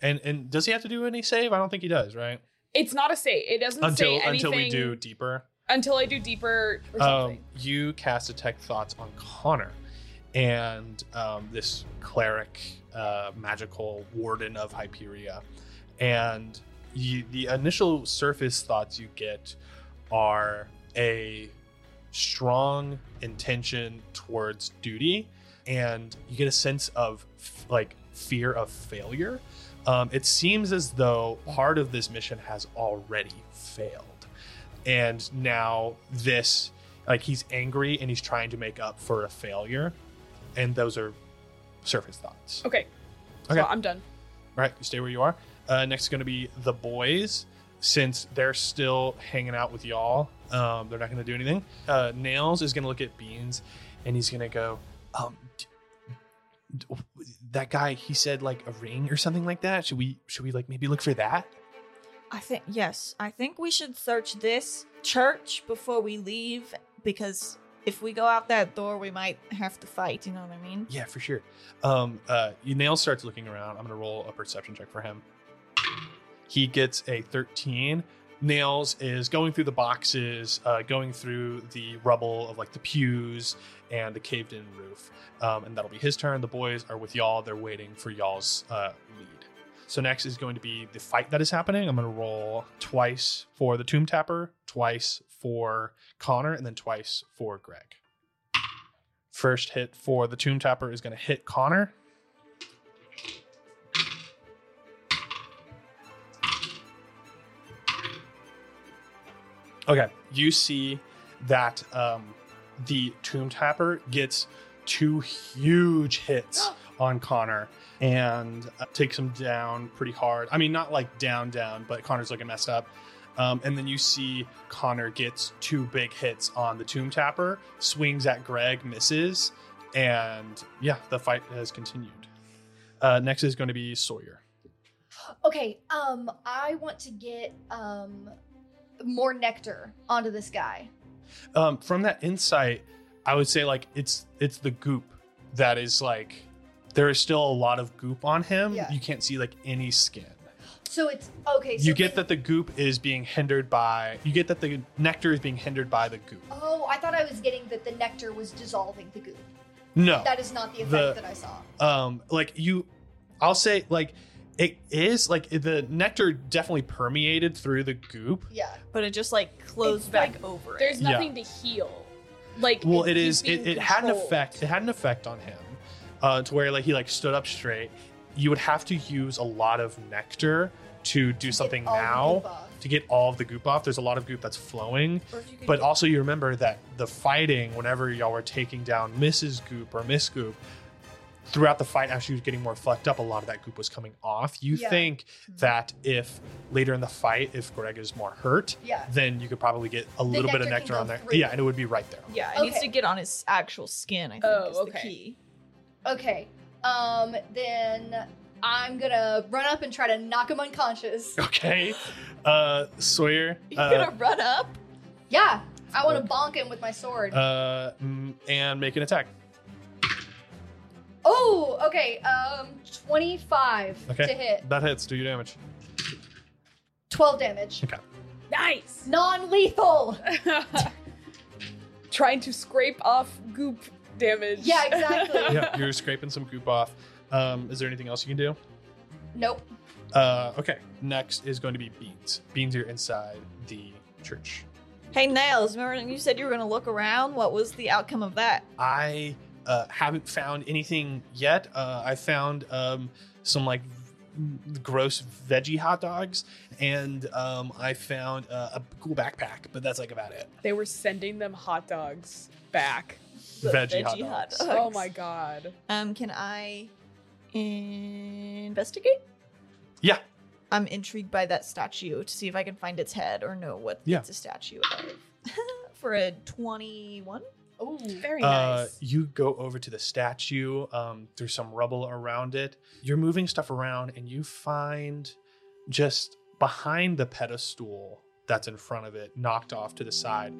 And and does he have to do any save? I don't think he does, right? It's not a say. It doesn't Until say anything until we do deeper. until I do deeper or um, something. you cast detect thoughts on Connor, and um, this cleric, uh, magical warden of Hyperia, and you, the initial surface thoughts you get are a strong intention towards duty, and you get a sense of f- like fear of failure. Um, it seems as though part of this mission has already failed. And now this like he's angry and he's trying to make up for a failure and those are surface thoughts all okay. okay. So I'm done. right you stay where you are uh, next is going to be the boys since they're still hanging out with y'all um, they're not going to do anything uh, nails is going to look at beans and he's going to go um, d- d- that guy he said like a ring or something like that should we should we like maybe look for that I think yes. I think we should search this church before we leave because if we go out that door, we might have to fight. You know what I mean? yeah for sure um uh nails starts looking around i'm gonna roll a perception check for him he gets a 13 nails is going through the boxes uh, going through the rubble of like the pews and the caved in roof um, and that'll be his turn the boys are with y'all they're waiting for y'all's uh, lead so next is going to be the fight that is happening i'm gonna roll twice for the tomb tapper twice for connor and then twice for greg First hit for the Tomb Tapper is going to hit Connor. Okay. you see that um, the Tomb Tapper gets two huge hits on Connor and uh, takes him down pretty hard. I mean, not like down, down, but Connor's looking messed up. Um, and then you see Connor gets two big hits on the Tomb Tapper, swings at Greg, misses, and yeah, the fight has continued. Uh, next is going to be Sawyer. Okay, um, I want to get um more nectar onto this guy. um, from that insight, I would say like it's it's the goop that is like there is still a lot of goop on him. Yeah. You can't see like any skin. So it's okay. So you get the. that the goop is being hindered by you get that the nectar is being hindered by the goop. Oh, I thought I was getting that the nectar was dissolving the goop. No. That is not the Oh. The- effect that I saw. um like you I'll say like it is like the nectar definitely permeated through the goop. Yeah. But it just like closed It's back like- over it. There's Yeah. nothing to heal. Like well it is he's it, being it had an controlled. effect it had an effect on him uh to where like he like stood up straight you would have to use a lot of nectar to do something Get all the goop now off. to get all of the goop off there's a lot of goop that's flowing Or if you could but get- also you remember that the fighting whenever y'all were taking down mrs goop or miss goop throughout the fight as she was getting more flecked up a lot of that goop was coming off you Yeah. think that if later in the fight if greg is more hurt Yeah. then you could probably get a little bit of nectar can nectar go on there through. yeah and it would be right there *laughs* yeah, it needs Okay. to get on his actual skin. I think Oh, is the okay. key. Okay. Um, then I'm gonna run up and try to knock him unconscious. Okay. Uh, Sawyer. You're Uh, gonna run up. Yeah. I want to bonk him with my sword. uh, mm, and make an attack. oh, okay. Um, 25 Okay. to hit, That hits. Do your damage. 12 damage. *laughs* Nice. *laughs* Non lethal. Trying to scrape off goop damage. Yeah, *laughs* exactly. Yeah, you're *laughs* scraping some goop off. Um, is there anything else you can do? Nope. Uh, okay. Next is going to be beans. Beans are inside the church. Hey Nails, remember when you said you were gonna look around? What was the outcome of that? I uh, haven't found anything yet. Uh, I found um, some like v- gross veggie hot dogs, and um, I found uh, a cool backpack, but that's like about it. they were sending them hot dogs back. The Veggie hot dogs. Oh *laughs* my god. Um, can I investigate? Yeah. I'm intrigued by that statue to see if I can find its head or know what Yeah. it's a statue of. *laughs* For a 21? Ooh. Very Uh, nice. you go over to the statue. Um, there's some rubble around it. You're moving stuff around, and you find just behind the pedestal that's in front of it, knocked off to the side,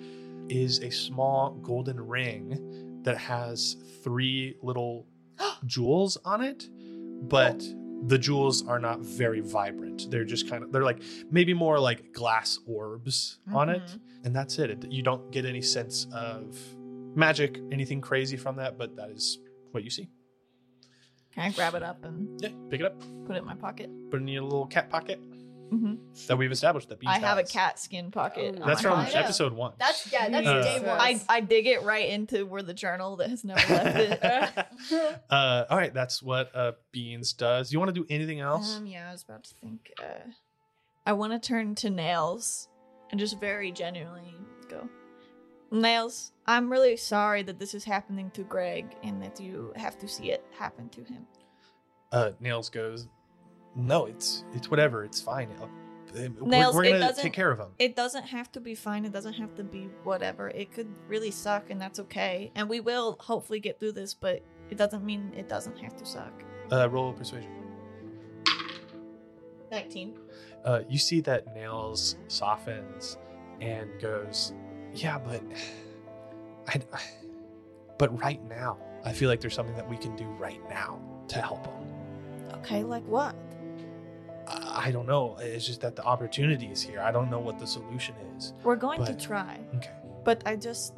is a small golden ring that has three *gasps* little jewels on it, but. Oh. The jewels are not very vibrant. They're just kind of, they're like maybe more like glass orbs on it. Mhm. And that's it. It- You don't get any sense of magic, anything crazy from that, but that is what you see. Can I grab it up and Yeah, pick it up, put it in my pocket? put it in your little cat pocket Mm-hmm. that we've established. That Beans I have a has. cat skin pocket. Oh, on That's my from I pocket. know. episode one. That's, yeah, that's Uh, day one. I, I dig it right into where the journal that has never *laughs* left it. uh, all right, that's what uh, Beans does. You want to do anything else? Um, yeah, I was about to think. Uh, I want to turn to Nails and just very genuinely go, Nails, I'm really sorry that this is happening to Greg and that you have to see it happen to him. uh, Nails goes, no, it's it's whatever. It's fine. I'll- we're- Nails, we're, it gonna doesn't- take care of him. It doesn't have to be fine. It doesn't have to be whatever. It could really suck, and that's okay. And we will hopefully get through this, but it doesn't mean it doesn't have to suck. Uh, roll persuasion. 19. uh, you see that Nails softens and goes, "Yeah, but *sighs* I, *sighs* I- but right now, I feel like there's something that we can do right now to help him. Okay, like what? I, I don't know. It's just that the opportunity is here. I don't know what the solution is. *sighs* We're going But- to try. Okay. But I just,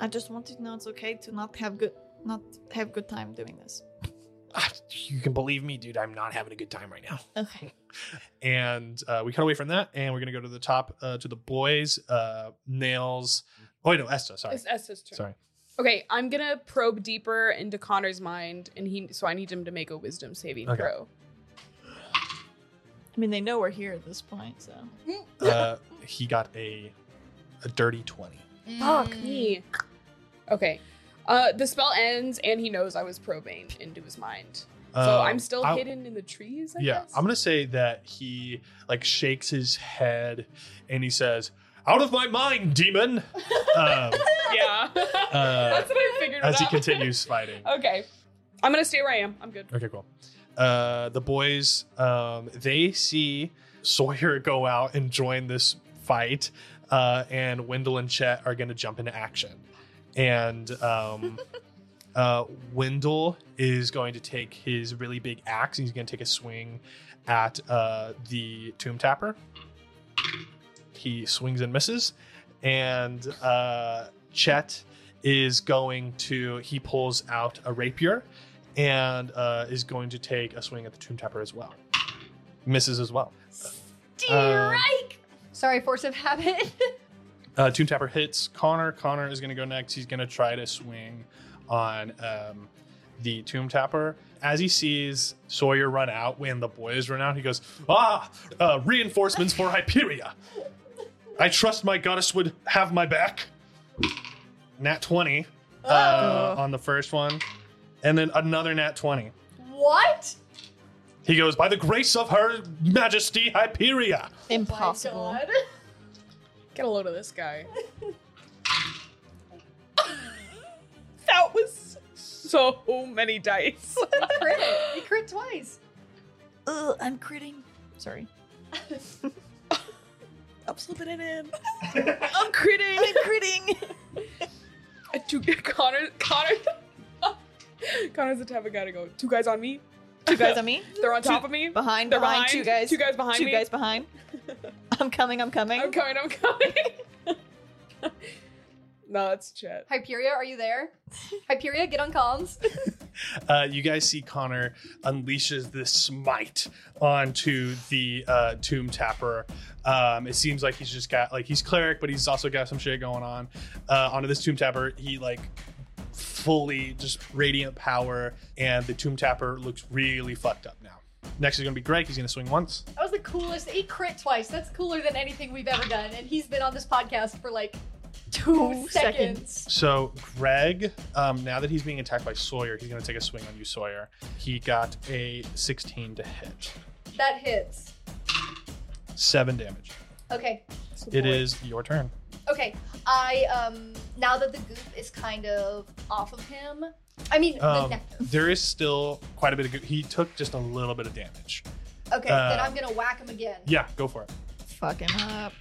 I just want you to know it's okay to not have good, not have good time doing this. Ah, You can believe me, dude. I'm not having a good time right now. Okay. And uh, we cut away from that, and we're gonna go to the top uh, to the boys. Uh, Nails. Oh wait, no, Esta. Sorry. It's Esther's turn. Sorry. Okay, I'm gonna probe deeper into Connor's mind, and he. So I need him to make a wisdom saving Okay. throw. I mean, they know we're here at this point, so Uh, he got a a dirty 20. Fuck Mm. me. Okay. Uh, the spell ends, and he knows I was probing into his mind. So I'm still Uh, Um, I- hidden in the trees. I yeah, guess? I'm going to say that he like shakes his head and he says, "Out of my mind, *laughs* demon." um, *laughs* *laughs* Yeah. That's what I figured. as it he out. continues fighting. okay. I'm gonna stay where I am. I'm good. Okay, cool. Uh, the boys, um, they see Sawyer *laughs* go out and join this fight, uh, and Wendell and Chet are going to jump into action. And um, uh, Wendell is going to take his really big axe and he's going to take a swing at uh, the Tomb Tapper. He swings and misses. And uh, Chet is going to, he pulls out a rapier and uh, is going to take a swing at the Tomb Tapper as well. Misses as well. Strike! Sorry, force of habit. *laughs* Uh, Tomb Tapper hits Connor. Connor is going to go next. He's going to try to swing on um, the Tomb Tapper. As he sees Sawyer run out when the boys run out, he goes, Ah, uh, reinforcements for Hyperia. I trust my goddess would have my back. Nat 20 uh, on the first one, and then another Nat 20. what? He goes, By the grace of her majesty Hyperia. Oh *laughs* Impossible. my God. Get a load of this guy. *laughs* that was so many dice. Crit. He crit twice. Ugh, I'm critting. *laughs* Sorry. *laughs* I'm slipping it in. *laughs* I'm critting. I'm critting. Uh, *laughs* Two Connor Connor *laughs* Connor's the type of guy to go, two guys on me, Two guys on me. they're on top of me. Behind, They're behind, behind. two guys. Two guys behind Two me. *laughs* guys behind. I'm coming, I'm coming. I'm coming, I'm coming. *laughs* no, that's Chet. Hyperia, are you there? Hyperia, get on comms. *laughs* Uh, you guys see Connor unleashes this smite onto the uh, tomb tapper. Um, it seems like he's just got like he's cleric, but he's also got some shit going on. Uh, onto this tomb tapper, he like fully just radiant power, and the tomb tapper looks really fucked up now. Next is gonna be Greg. He's gonna swing once. That was the coolest. He crit twice. That's cooler than anything we've ever done. And he's been on this podcast for like Two seconds. seconds. So Greg, um, now that he's being attacked by Sawyer, he's gonna take a swing on you, Sawyer. He got a 16 to hit, That hits. seven damage. Okay. It is your *laughs* turn. Okay. I um now that the goop is kind of off of him. I mean the Um, nectar. there is still quite a bit of good. He took just a little bit of damage. Okay, then uh, I'm gonna whack him again. Yeah, go for it. Fuck him up.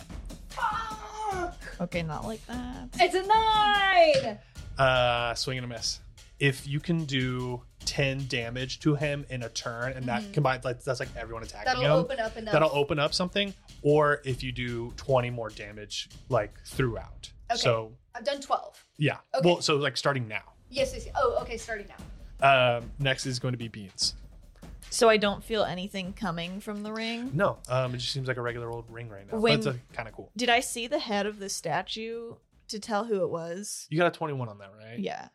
Fuck! Okay, not like that. Ah, It's a nine! Uh, swing and a miss. If you can do ten damage to him in a turn, and that combined, like, that's like everyone attacking Mm-hmm. That'll him, open up enough. that'll open up something. Or if you do twenty more damage, like throughout. Okay. So I've done twelve. yeah. Okay. Well, so like starting now. Yes, yes, yes. Oh, okay, starting now. Um, next is going to be beans. So I don't feel anything coming from the ring. No, um, it just seems like a regular old ring right now. When- That's kind of cool. Did I see the head of the statue to tell who it was? You got a twenty-one on that, right? Yeah.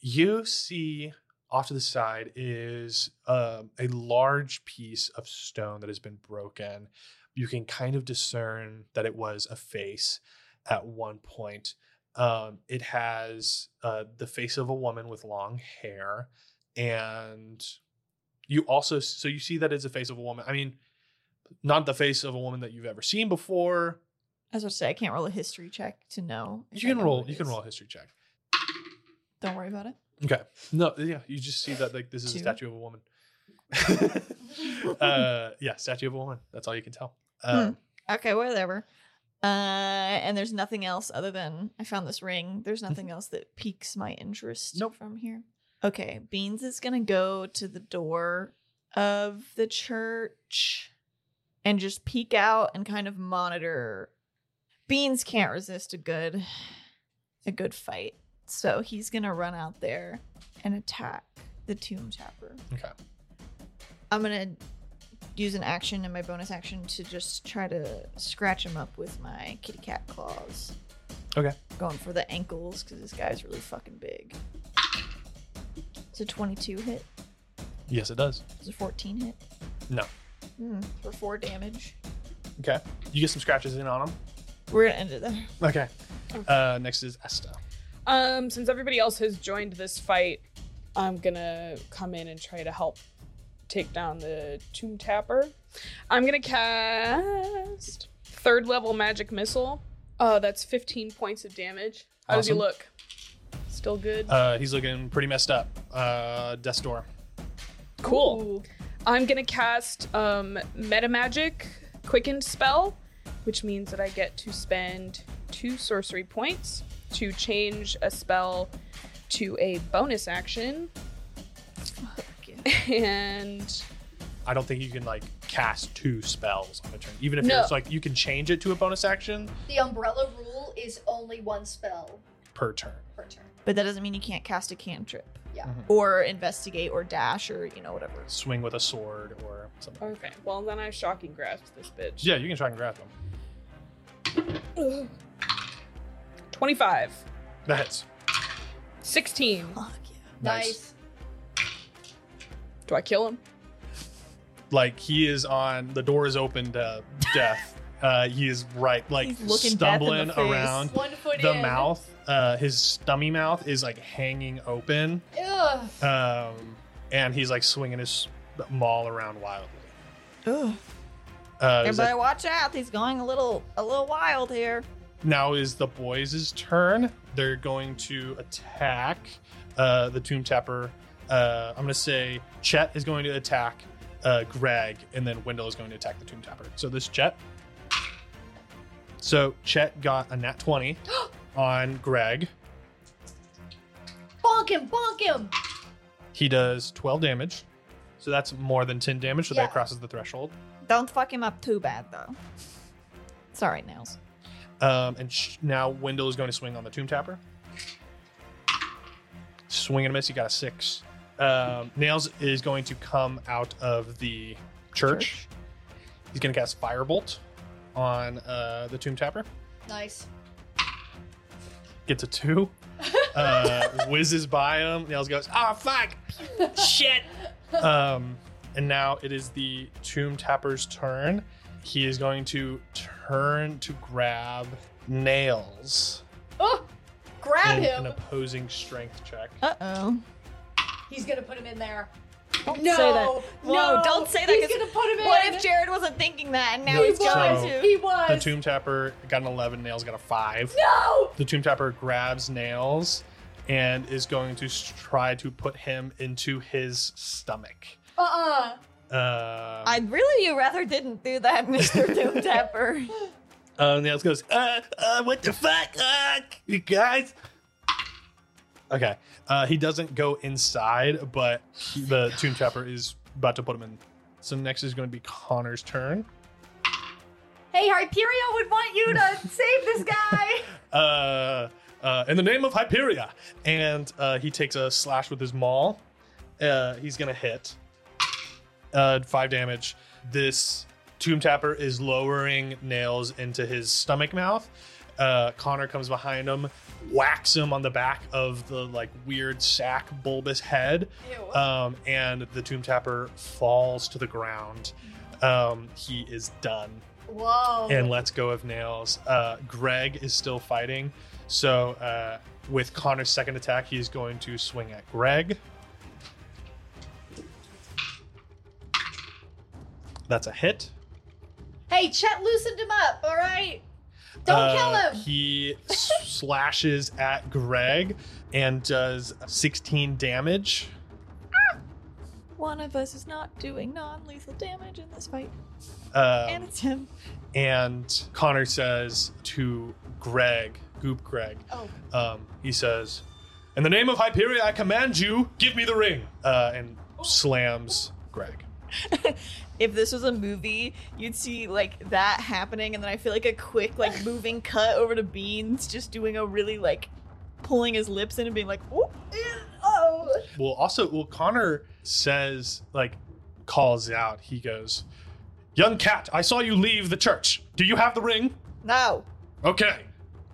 you see off to the side is um, a large piece of stone that has been broken. You can kind of discern that it was a face at one point. Um, it has uh, the face of a woman with long hair, and you also so you see that it's a face of a woman. I mean, not the face of a woman that you've ever seen before. I was about to say I can't roll a history check to know. if You I can know roll. who it You can is. roll a history check. Don't worry about it. Okay. No, yeah, you just see that like this is Two. a statue of a woman. uh yeah, statue of a woman. That's all you can tell. Uh, Hmm. Okay, whatever. Uh, and there's nothing else other than I found this ring. There's nothing else that piques my interest Mm-hmm. Nope. from here. Okay, Beans is gonna go to the door of the church and just peek out and kind of monitor. Beans can't resist a good a good fight. So he's gonna run out there and attack the tomb tapper. Okay. I'm gonna use an action and my bonus action to just try to scratch him up with my kitty cat claws. Okay. Going for the ankles because this guy's really fucking big. It's a 22 hit. Yes, it does. It's a 14 hit. No. Hmm, for four damage. Okay. You get some scratches in on him. We're gonna end it there. *laughs* Okay. Uh, next is Esta. Um, since everybody else has joined this fight, I'm gonna come in and try to help take down the tomb tapper. I'm gonna cast third level magic missile. Oh, that's 15 points of damage. How does he Awesome. look? Still good. Uh, he's looking pretty messed up. Uh, Destor. Cool. I'm gonna cast um, meta magic quickened spell, which means that I get to spend two sorcery points to change a spell to a bonus action. *laughs* And I don't think you can like cast two spells on a turn. Even if No. it's like you can change it to a bonus action The umbrella rule is only one spell per turn. per turn. But that doesn't mean you can't cast a cantrip. Yeah. Mhm. Or investigate or dash or you know whatever. Swing with a sword or something. okay, well then I shocking grasp this bitch. Yeah, you can try and grab them. Twenty-five. That hits. Sixteen. Fuck Nice. Do I kill him? Like he is on the door is open to *laughs* death. uh, he is right, like He's looking death in the stumbling face. around. One foot The in. mouth, uh, his stummy mouth is like hanging open, Ugh. um, and he's like swinging his maul around wildly. Ugh. Uh, is that- Everybody watch out. He's going a little a little wild here. now is the boys' turn. They're going to attack uh, the Tomb Tapper. Uh, I'm going to say Chet is going to attack uh, Greg, and then Wendell is going to attack the Tomb Tapper. So this Chet. So Chet got a nat 20 on Greg. Bonk him, bonk him. He does 12 damage. So that's more than 10 damage, so Yeah. that crosses the threshold. Don't fuck him up too bad though. It's alright, Nails. Um, and sh- now Wendell is going to swing on the Tomb Tapper. Swing and a miss. He got a six. Um, Nails is going to come out of the church. He's going to cast Firebolt on uh, the Tomb Tapper. Nice. Gets a two. Uh, whizzes by him. Nails goes, oh, fuck. Shit. Um, and now it is the Tomb Tapper's turn. He is going to turn to grab Nails. Oh, grab in him. an opposing strength check. Uh oh. He's gonna put him in there. Don't No, say that. Whoa, no, don't say that, He's 'cause gonna put him in. What if Jared wasn't thinking that and now No, he's so- going to? He was. The Tomb Tapper got an 11, Nails got a 5. no. The Tomb Tapper grabs Nails and is going to s- try to put him into his stomach. Uh uh Um, I'd really you rather didn't do that, *laughs* Mr. Doomtapper. uh, Nails goes, uh, uh, what the fuck? Uh, you guys. Okay. Uh, he doesn't go inside, but he, the Tomb Tapper is about to put him in. So next is going to be Connor's turn. Hey, Hyperion would want you to save this guy. uh, uh, in the name of Hyperia. And uh, he takes a slash with his maul. Uh, he's going to hit. Uh, five damage. This Tomb Tapper is lowering nails into his stomach mouth. Uh, Connor comes behind him, whacks him on the back of the like weird sack bulbous head, Ew. um, and the Tomb Tapper falls to the ground. Um, he is done Whoa. *laughs* and lets go of nails. Uh, Greg is still fighting, so uh, with Connor's second attack, he is going to swing at Greg. That's a hit. hey, Chet loosened him up. All right. Don't Uh, kill him. He *laughs* s- slashes at Greg and does 16 damage. One of us is not doing non lethal damage in this fight, Um, Oh. and it's him. and Connor says to Greg, Goop Greg, Oh. um, he says, "In the name of Hyperia, I command you, give me the ring!" Uh, and slams Greg. if this was a movie, you'd see like that happening, and then I feel like a *laughs* quick like moving cut over to Beans just doing a really like pulling his lips in and being like, "Ooh, Oh. Well, also, well, Connor says, like, calls out. He goes, "Young cat, I saw you leave the church. Do you have the ring? no, Okay,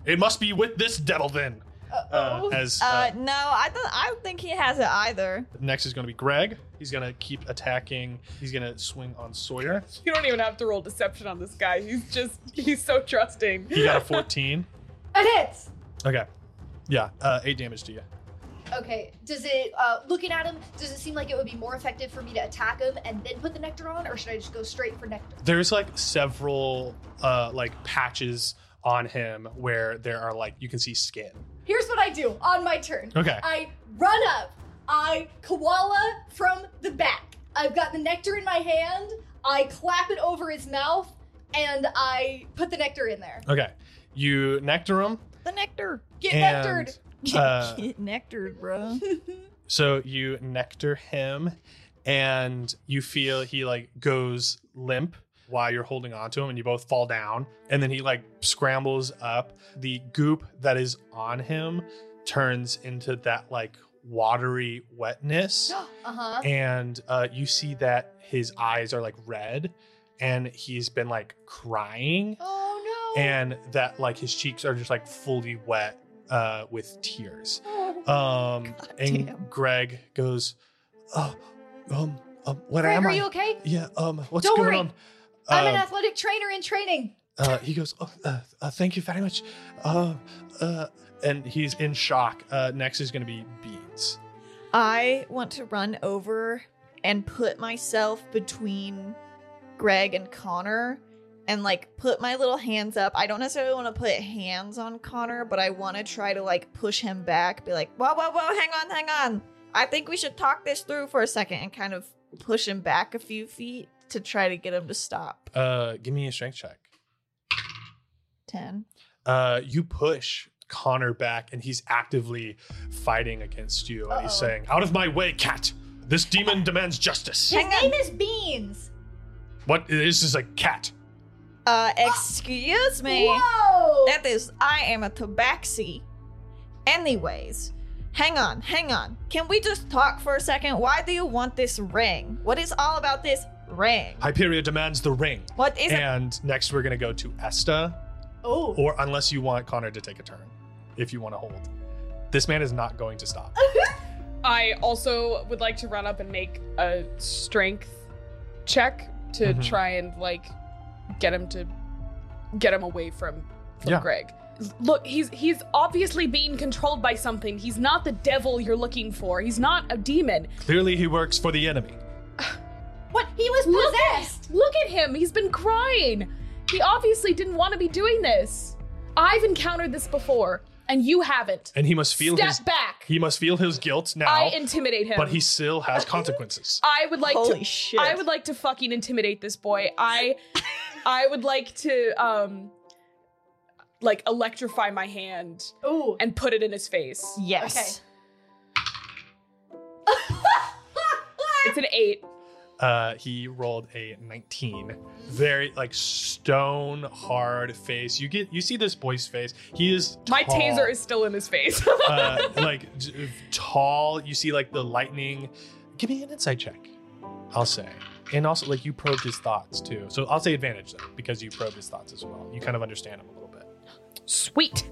it must be with this devil then." uh, Uh-oh. as Uh, uh, no, I don't. I don't think he has it either. Next is going to be Greg. He's going to keep attacking. He's going to swing on Sawyer. You don't even have to roll deception on this guy. He's just he's so trusting. He *laughs* got a 14. It hits. okay. Yeah, uh, eight damage to you. Okay. Does it uh, looking at him? Does it seem like it would be more effective for me to attack him and then put the nectar on, or should I just go straight for nectar? There's like several uh, like patches on him where there are like you can see skin. Here's what I do on my turn. Okay. I run up. I koala from the back. I've got the nectar in my hand. I clap it over his mouth, and I put the nectar in there. Okay. You nectar him. The nectar. Get and, nectared. *laughs* Uh, nectar, bro. So you nectar him, and you feel he like goes limp while you're holding on to him, and you both fall down. And then he like scrambles up. The goop that is on him turns into that like watery wetness, uh huh. and uh, you see that his eyes are like red, and he's been like crying, Oh no. and that like his cheeks are just like fully wet uh, with tears. Oh. Um, and damn. Greg goes, oh, um, um, what Greg, am are I? you okay? yeah, um, what's Don't going worry. on? I'm an Um, athletic trainer in training. uh, he goes, oh, uh, uh, thank you very much. Uh, uh, and he's in shock. Uh, next is going to be Beans. I want to run over and put myself between Greg and Connor and like put my little hands up. I don't necessarily want to put hands on Connor, but I want to try to like push him back, be like, whoa, whoa, whoa, hang on, hang on. I think we should talk this through for a second and kind of push him back a few feet to try to get him to stop. Uh, give me a strength check. 10. Uh, you push Connor back, and he's actively fighting against you. And he's Uh-oh. saying, out of my way, cat. This demon demands justice. His Hang on. name is Beans. What? This is a cat. Uh, excuse me. Whoa. That is, I am a tabaxi. Anyways, hang on, hang on. Can we just talk for a second? Why do you want this ring? What is all about this ring? Hyperia demands the ring. What is it? and next, we're gonna go to Esta, oh. or unless you want Connor to take a turn, if you want to hold. This man is not going to stop. Oh, I also would like to run up and make a strength check to Mhm. try and like get him to get him away from from Yeah. Greg. Look, he's he's obviously being controlled by something. He's not the devil you're looking for. He's not a demon. Clearly, he works for the enemy. What? He was Look at- possessed. Look at him. He's been crying. He obviously didn't want to be doing this. I've encountered this before, and you haven't. And he must feel Step his back. he must feel his guilt now, I intimidate him. but he still has consequences. *laughs* I would like Holy to. shit. I would like to fucking intimidate this boy. I, I would like to um, like electrify my hand Ooh. and put it in his face. Yes. It's an eight. Uh, he rolled a 19. Very like stone hard face. You get you see this boy's face. He is My tall. taser is still in his face. *laughs* uh, like j- tall. You see like the lightning. Give me an insight check. I'll say, and also like you probed his thoughts too. So I'll say advantage though because you probed his thoughts as well. You kind of understand him a little bit. Sweet.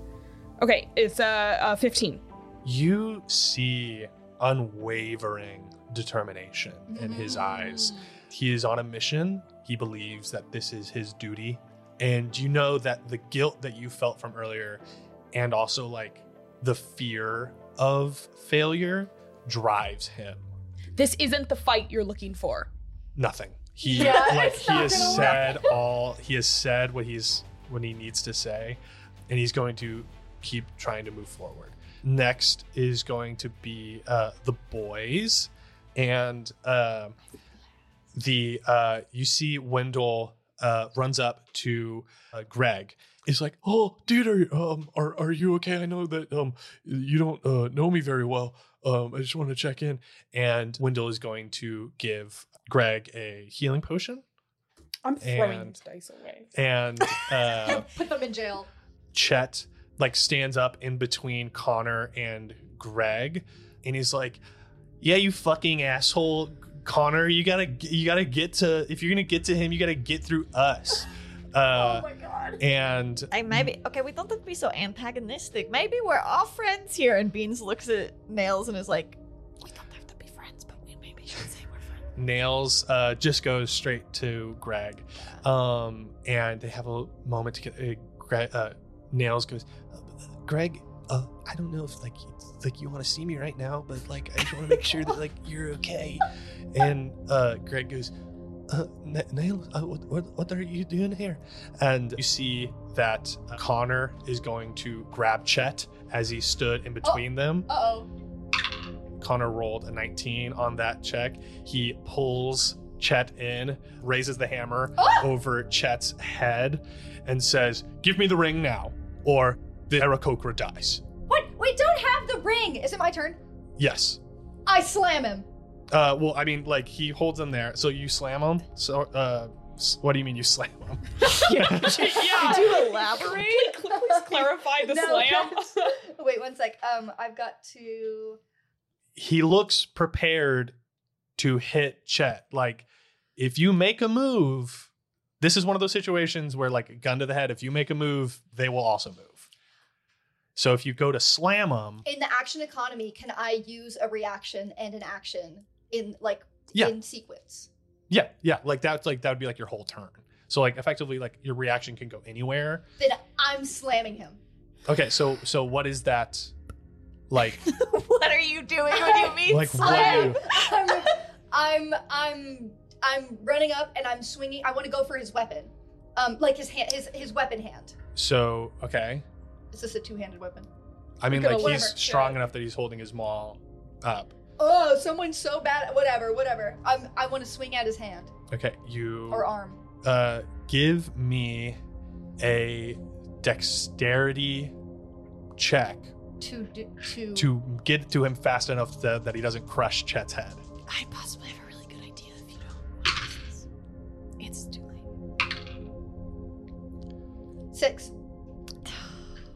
Okay, it's uh, uh fifteen. You see unwavering determination in his eyes. He is on a mission. He believes that this is his duty. And you know that the guilt that you felt from earlier and also like the fear of failure drives him. This isn't the fight you're looking for. Nothing. He Yeah, like it's he not has gonna said *laughs* all he has said what he's what he needs to say and he's going to keep trying to move forward. Next is going to be uh the boys and um the uh, you see Wendell uh, runs up to uh, Greg. He's like, "Oh, dude, are you- um are are you okay? I know that um you don't uh, know me very well. Um, I just want to check in." And Wendell is going to give Greg a healing potion, I'm throwing And- these dice away. *laughs* *laughs* and uh, Put them in jail. Chet like stands up in between Connor and Greg, and he's like, "Yeah, you fucking asshole, Connor. You gotta you gotta get to if you're gonna get to him, you gotta get through us." Uh, *laughs* oh my god. god. and I maybe okay. We don't have to be so antagonistic. Maybe we're all friends here. And Beans looks at Nails and is like, *laughs* "We don't have to be friends, but we maybe should say we're friends." Nails uh, just goes straight to Greg, um, and they have a moment to get. Uh, Greg, uh, Nails goes, uh, Greg, uh, I don't know if like it's- like you want to see me right now, but like I just want to make sure that like you're okay. And uh, Greg goes, uh, N- Nails, uh, what, what what are you doing here? And you see that uh, Connor is going to grab Chet as he stood in between them. Uh oh. Connor rolled a 19 on that check. He pulls Chet in, raises the hammer over Chet's head, and says, Give me the ring now, or the Arakokra dies. What? We don't have the ring. Is it my turn? Yes. I slam him. Uh, well, I mean, like, he holds them there. So you slam him. So, uh, s- what do you mean you slam him? yeah. Could you elaborate? Please, please clarify *laughs* the No, slam. Wait one sec. Um, I've got to. He looks prepared to hit Chet. Like, if you make a move, this is one of those situations where, like, gun to the head, if you make a move, they will also move. So if you go to slam them, In the action economy, can I use a reaction and an action in like Yeah. in sequence? Yeah, yeah. Like that's like that would be like your whole turn. So like effectively like your reaction can go anywhere. Then I'm slamming him. Okay, so so what is that *laughs* like what are you doing? What do you mean? like what are slam? you I'm, I'm I'm I'm running up and I'm swinging. I want to go for his weapon, um, like his hand, his his weapon hand. So okay. Is this a two-handed weapon? I mean Go, like whatever, he's yeah. strong enough that he's holding his maw up. Oh, someone's so bad. at Whatever, whatever. I'm, I want to swing at his hand Okay, you or arm. uh give me a dexterity check To do, to to get to him fast enough that, that he doesn't crush Chet's head. I possibly have a really good idea if you don't. watch this. It's too late. six.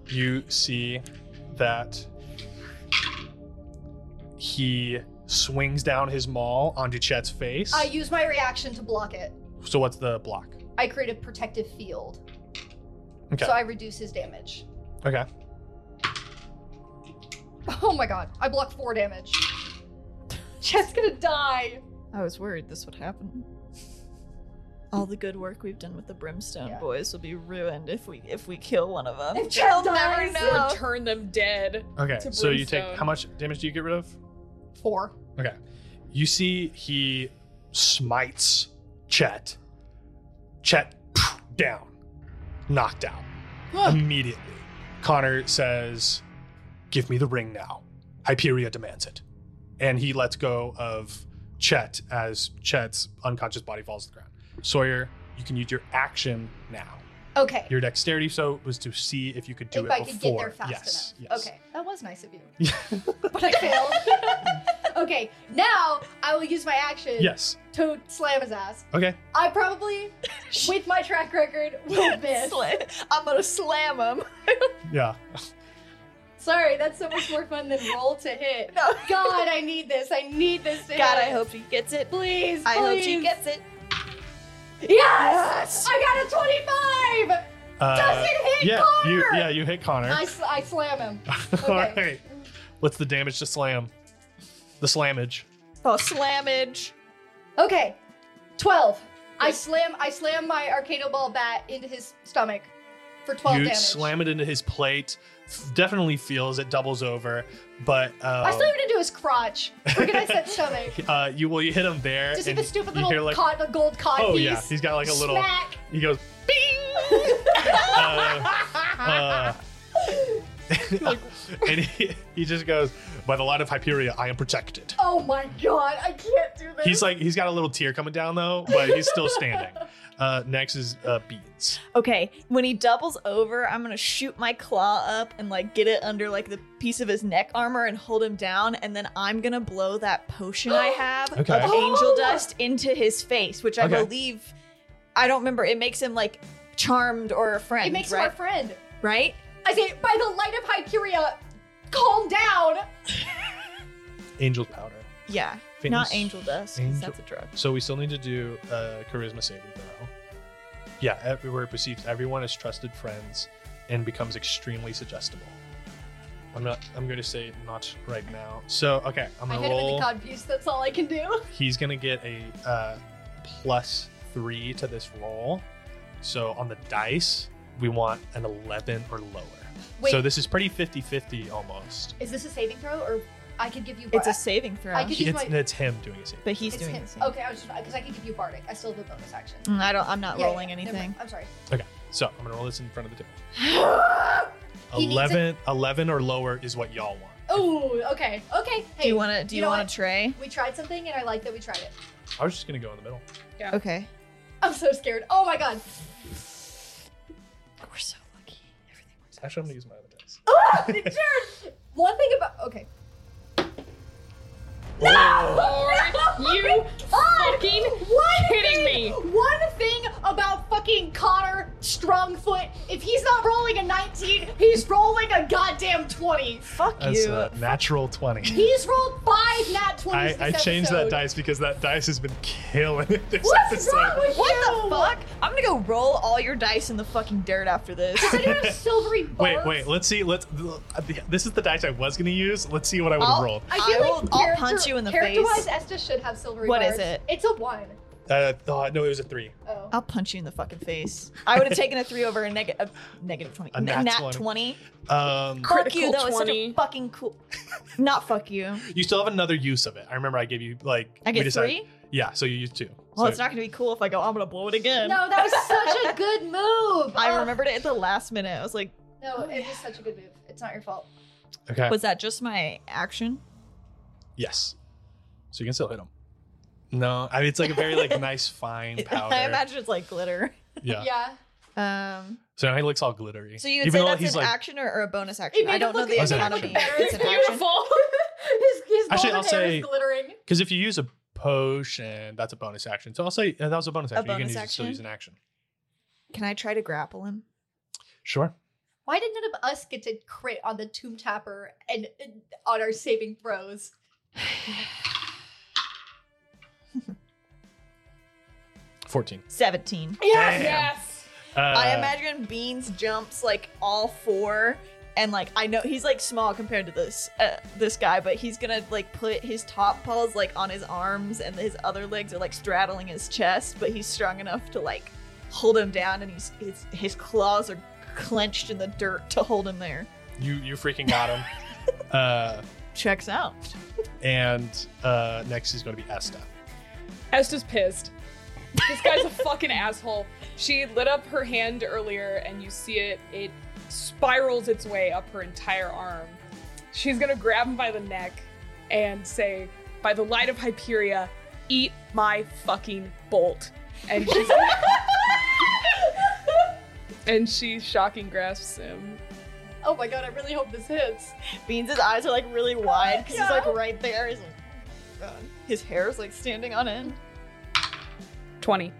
you see that he swings down his maul onto Chet's face. I use my reaction to block it. so what's the block? I create a protective field. Okay. So I reduce his damage. Okay. Oh my god! I block four damage. *laughs* Chet's gonna die. I was worried this would happen. All the good work we've done with the Brimstone Yeah. Boys will be ruined if we if we kill one of them. If Chet They'll never dies- know. Or turn them dead. Okay. To So you take brimstone. how much damage do you get rid of? Four. You see he smites Chet. Chet down. Knocked out. Immediately. Connor says, Give me the ring now. Hyperia demands it. And he lets go of Chet as Chet's unconscious body falls to the ground. Sawyer, you can use your action now. Okay. Your dexterity so was to see if you could do if it I could get before. there fast yes, enough. yes. Okay, that was nice of *laughs* you. but I failed. *laughs* okay, now I will use my action Yes. to slam his ass. Okay. I *laughs* probably, with my track record, *laughs* will miss. Sla- I'm gonna slam *laughs* them. Yeah. Sorry, that's so much more fun than roll to hit. No. God, I need this. I need this. To *laughs* God, hit. I hope she gets it. Please, I hope she please. gets it. Yes! I got a 25! Uh, Does it hit yeah, Connor? you yeah, you hit Connor. I, sl- I slam him. *laughs* All right. What's the damage to slam? The slammage. Oh, slammage. Okay, 12. I slam I slam my Arcano Ball bat into his stomach for 12 you damage. slam it into his plate. F- Definitely feels it doubles over, but uh, I slammed into his crotch. Where can I *laughs* set stomach? uh, you well you hit him there. Just see and the stupid you little hear, like, cod- gold cod Oh piece. yeah, he's got like a little. *laughs* Smack. He goes bing. Uh, uh, *laughs* and he, he just goes by the light of Hyperia, I am protected. *laughs* Oh my god, I can't do this. He's like he's got a little tear coming down though, but he's still *laughs* standing. Uh, next is uh, beans. Okay, when he doubles over, I'm gonna shoot my claw up and like get it under like the piece of his neck armor and hold him down, and then I'm gonna blow that *gasps* potion I have Okay. of angel Oh! dust into his face, which I Okay. believe I don't remember. It makes him like charmed or a friend. it makes him right? our friend. right? I say, by the light of Hyperia, calm down. Angel's powder. Yeah, Fitness. not angel dust. 'cause Angel- That's a drug. So we still need to do a charisma saving throw. Yeah, everywhere it perceives everyone as trusted friends and becomes extremely suggestible. I'm not. I'm going to say not right now. So okay, I'm I gonna hit him in roll. the confused. That's all I can do. He's gonna get a uh, plus three to this roll. So on the dice, we want an 11 or lower. Wait, So this is pretty 50-50 almost. is this a saving throw, or I could give you? It's a bar- saving throw, I could- He's It's, my- it's him doing his but he's it's doing him. the same. Okay, I was just because I could give you bardic. I still have a bonus action. Mm, I don't. I'm not Yeah, yeah, rolling yeah, never anything. mind. I'm *laughs* sorry. So I'm gonna roll this in front of the table. He needs 11, 11 or lower is what y'all want. Oh, okay, okay. Hey, do you want to? Do you you, know want what? to tray? we tried something, and I like that we tried it. I was just gonna go in the middle. Okay. I'm so scared. Oh my *laughs* god. We're so lucky. Everything works. Actually, I'm gonna use my other dice. Ah, Jared, One thing about *laughs* okay. Are you God! fucking *laughs* One kidding me? thing- One thing about fucking Connor Strongfoot, if he's not rolling a 19, he's rolling a goddamn 20. Fuck That's you. a natural 20. He's rolled five nat 20s. I, this I changed that episode. dice because that dice has been killing it this What's episode. wrong with what you? the fuck? I'm gonna go roll all your dice in the fucking dirt after this. Does anyone have silvery bars? Wait, wait. Let's see. Let's. This is the dice I was gonna use. Let's see what I would have I'll- rolled. I feel I like will- I'll punch character- you in the character-wise, face. Estes should have silvery What bars. is it? It's a one. Uh, oh, no, it was a three. Oh. *laughs* I'll punch you in the fucking face. I would have taken a three over a, neg- a negative twenty. A N- nat nat 20. twenty. Um, Fuck Critical you though. It's such a 20. fucking cool. *laughs* Not fuck you. you still have another use of it. I remember I gave you like. I we get decided- three. Yeah, so you used two. Well, So- it's not gonna be cool if I go. I'm gonna blow it again. No, that was *laughs* such a good move. I Oh, remembered it at the last minute. I was like, No, it was such a good move. It's not your fault. Okay. was that just my action? yes. So you can still hit them. No, I mean it's like a very *laughs* like nice fine powder. I imagine it's like glitter. Yeah. Um, So now he looks all glittery. so you would Even say though that's he's an like, action or, or a bonus It action? made I don't it know look- the it made it economy. look better. *laughs* It's an action. *laughs* beautiful. *laughs* his his Actually, golden I'll hair say- is glittering. because if you use a potion, that's a bonus action. So I'll say uh, that was a bonus action. bonus you can use, still action? use an action. Can I try to grapple him? Sure. Why did none of us get to crit on the tomb tapper and, and on our saving throws? Fourteen. Seventeen. Damn. Yes. Uh, I imagine Beans jumps like all four, and like I know he's like small compared to this uh, this guy, but he's gonna like put his top paws like on his arms, and his other legs are like straddling his chest, but he's strong enough to like hold him down, and he's his his claws are clenched in the dirt to hold him there. you you freaking got *laughs* him. uh, Checks out. and uh, next is going to be Esta. Esther's pissed. This guy's a fucking asshole. She lit up her hand earlier, and you see it. It spirals its way up her entire arm. She's gonna grab him by the neck and say, "By the light of Hyperia, eat my fucking bolt." And she's *laughs* and she shocking grasps him. Oh my god, I really hope this hits. Beans' eyes are like really wide because Yeah. he's like right there. He's like, oh my God. his hair is like standing on end. Twenty,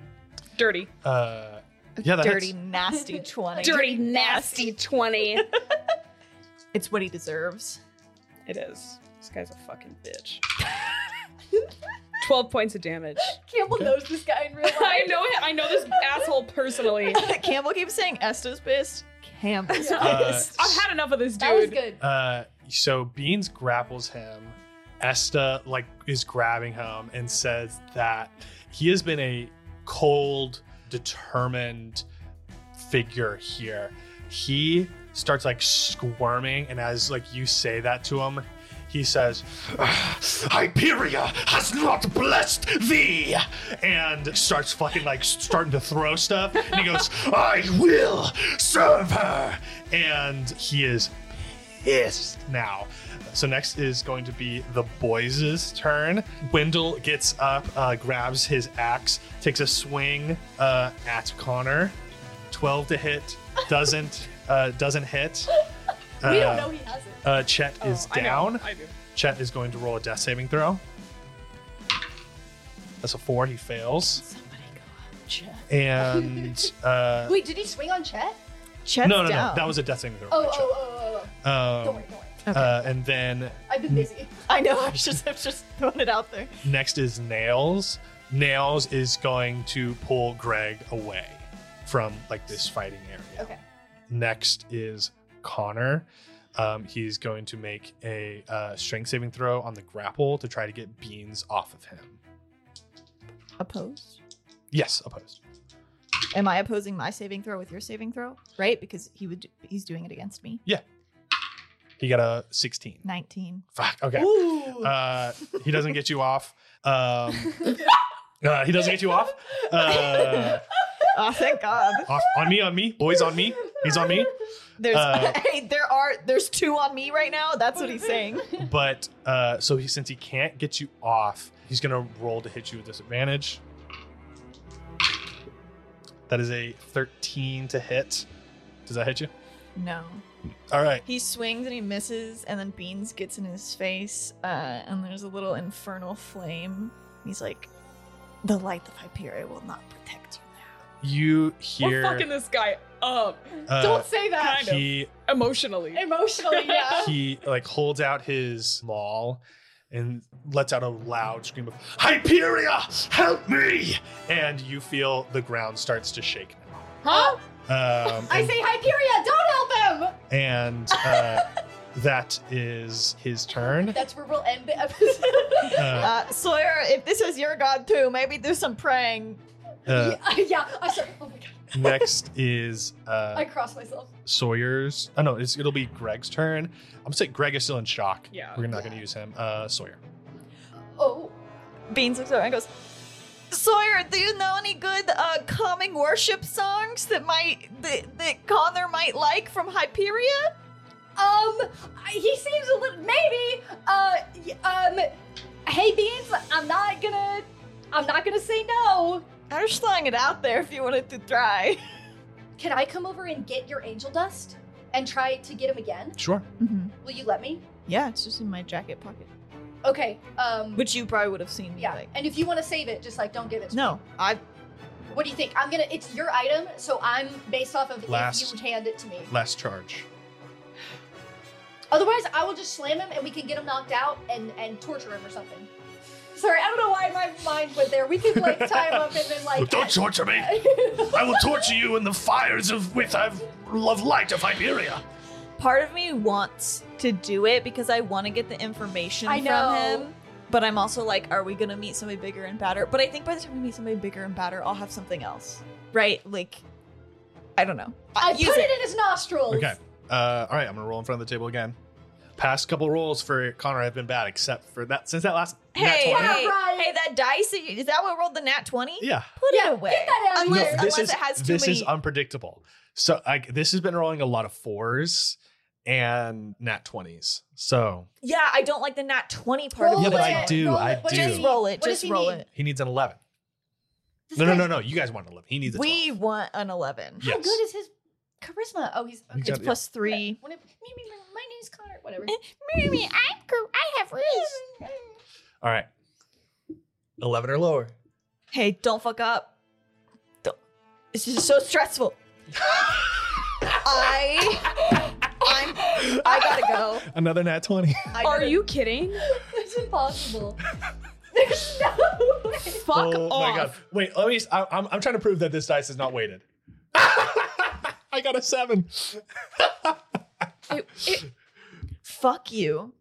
dirty, Uh, yeah, that Dirty, hits. nasty twenty. dirty, nasty twenty. It's what he deserves. *laughs* It is. This guy's a fucking bitch. 12 points of damage. Campbell knows this guy in real life. *laughs* I know it. I know this asshole personally. Campbell keeps saying Esta's pissed. Campbell's Yeah. Uh, pissed. I've had enough of this dude. That was good. Uh, so Beans grapples him. Esta like is grabbing him and says that he has been a cold, determined figure here. He starts like squirming, and as like you say that to him, he says, "Hyperia has not blessed thee," and starts fucking like starting to throw stuff. And he goes, "I will serve her," and he is pissed now. So next is going to be the boys' turn. Wendell gets up, uh, grabs his axe, takes a swing uh, at Connor. Twelve to hit, *laughs* doesn't uh, doesn't hit. we Uh, don't know he has it. Uh, Chet Oh, is I know. down. I do. Chet is going to roll a death saving throw. That's a four. He fails. Somebody go up, Chet. *laughs* And uh, Wait, did he swing on Chet? Chet's no, no, no. down. That was a death saving throw. Oh, oh, by Chet. oh, oh, oh. Don't Um, worry, don't worry. uh, and then I've *laughs* been busy. *laughs* I know. I was just, I was just throwing it out there. Next is Nails. Nails is going to pull Greg away from like this fighting area. Okay. Next is Connor. Um, he's going to make a uh, strength saving throw on the grapple to try to get Beans off of him. Opposed? Yes, opposed. Am I opposing my saving throw with your saving throw? Right? Because he would he's doing it against me. He got a 16. 19. Fuck. Okay. Ooh. Uh, he doesn't get you off. *laughs* Um, uh, he doesn't get you off. Uh, *laughs* Oh, thank God. off. On me, on me. Boys, on me. He's on me. There's Uh, *laughs* hey, there are there's two on me right now. That's what *laughs* he's saying. But uh, so he, since he can't get you off, he's gonna roll to hit you with disadvantage. That is a 13 to hit. Does that hit you? No. All right. He swings and he misses, and then Beans gets in his face, uh, and there's a little infernal flame. He's like, "The light of Hyperia will not protect you now." You We're hear? fucking this guy up uh, Don't say that. kind of. he emotionally. Emotionally, *laughs* yeah. he like holds out his maul and lets out a loud scream of Hyperia, help me! And you feel the ground starts to shake. Huh? Um, *laughs* I and- say Hyperia, don't help him. and *laughs* uh, that is his turn. That's where we'll end the episode. Uh, Uh, Sawyer, if this is your god too, maybe do some praying. uh, *laughs* yeah, yeah. I sorry. Oh my god, next is I uh, crossed myself. Sawyer's. Oh no, it's, it'll be Greg's turn. I'm gonna say Greg is still in shock. Yeah. We're not gonna use him. Uh, Sawyer. Oh, Beans looks over and goes, "Sawyer, do you know any good uh, calming worship songs that might that, that Connor might like from Hyperia?" um, I- he seems a little maybe. Uh, y- um, hey Beans, I'm not gonna, I'm not gonna say no. I was throwing it out there if you wanted to try. Can I come over and get your angel dust and try to get him again? Sure. Will you let me? Mm-hmm. Yeah, it's just in my jacket pocket, Okay. Um. which you probably would have seen me yeah, like. and if you want to save it, just like don't give it. to me. No, I What do you think? I'm gonna. It's your item, so I'm based off of Last. if you hand it to me. Last charge. Otherwise, I will just slam him and we can get him knocked out and, and torture him or something. Sorry, I don't know why my mind went there. We *laughs* could like tie him up and then like. torture me. *laughs* I will torture you in the fires of with of love light of Iberia. part of me wants to do it because I want to get the information I know. from him. But I'm also like, are we gonna meet somebody bigger and badder? But I think by the time we meet somebody bigger and badder, I'll have something else, right? Like, I don't know. I Use put it in his nostrils. Okay. Uh, all right, I'm gonna roll in front of the table again. Past couple rolls for Connor have been bad, except for that since that last. nat Hey, 20. hey, Alright. hey, that dice that you- is that what rolled the nat twenty? Yeah. Put Yeah, it away. Get that out of Unless- here. this unless is, it has too this is many- unpredictable. So like this has been rolling a lot of fours and nat twenties. So Yeah, I don't like the nat twenty part Roll of Yeah, it. but I it. do, Roll I it. What does do. he Just need? roll it. What does Just he roll need? it. he needs an eleven. This No, no, guy- no, no. You guys want an eleven. He needs a We 12. want an eleven. Yeah. How Yes. good is his charisma? Oh, he's. Okay. got- It's plus three. When it- me, me, me, my name's Connor. Whatever. Mimi, I'm I have *laughs* All right. Eleven or lower. Hey, don't fuck up. Don't. This is *laughs* so stressful. I, I'm, I gotta go. Another nat twenty. I Are gotta- you *laughs* kidding? That's *laughs* impossible. There's no way. Fuck oh off. my god. Wait. Let me. I, am I'm trying to prove that this dice is not weighted. *laughs* I got a seven. It- it- Fuck you.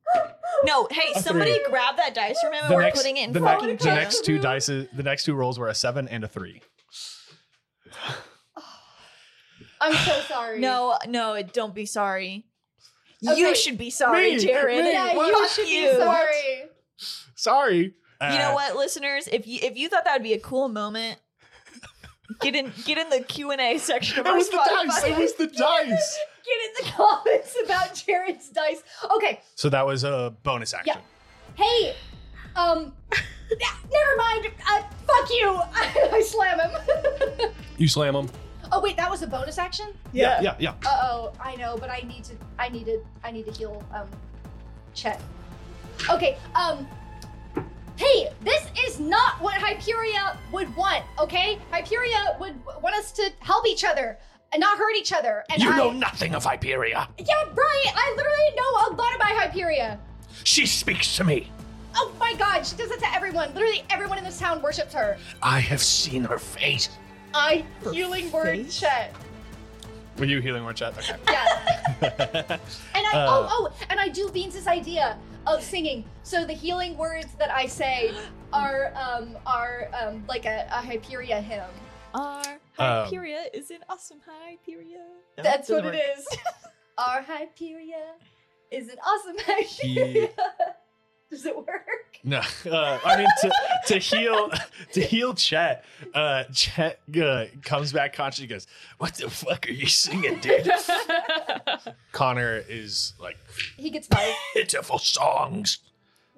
No, hey, A somebody three. grab that dice from him and Oh, we're putting it in the, fucking next, the jail. next two dice, the next two rolls were a seven and a three. I'm so sorry. No, no, don't be sorry. Okay. You should be sorry, Me, Jared. me, Yeah, Fuck you should be sorry. Sorry. You Uh, know what, listeners? If you if you thought that would be a cool moment, get in get in the Q and A section of It our was the dice. It Spotify. was the dice. Get in the *laughs* comments about Jared's dice. Okay. So that was a bonus action. Hey, um, n- never mind. Uh, fuck you. *laughs* I, slam him. *laughs* You slam him. oh wait, that was a bonus action. Yeah. Yeah, yeah. Uh oh, I know, but I need to. I need to. I need to heal. Um, Chet. Okay. Um. Hey, this is not what Hyperia would want. Okay, Hyperia would w- want us to help each other and not hurt each other. And I, nothing of Hyperia. yeah, right. I literally know a lot about Hyperia. She speaks to me. Oh my god, she does that to everyone. Literally everyone in this town worships her. I have seen her face. I For healing word face? check. Were you healing word chat? Okay. Yeah. okay. And I Uh, oh oh, and I do Beans' idea of singing. So the healing words that I say are um are um like a, a Hyperia hymn. Our Um, Hyperia is an awesome Hyperia. No, That's doesn't what it work. is. *laughs* Our Hyperia is an awesome *laughs* Hyperia. He- Does it work? *laughs* No, uh, I mean to, to heal *laughs* to heal Chet. Uh, Chet uh, comes back conscious. He goes, "What the fuck are you singing, dude?" *laughs* Connor is like He gets fired. pitiful songs,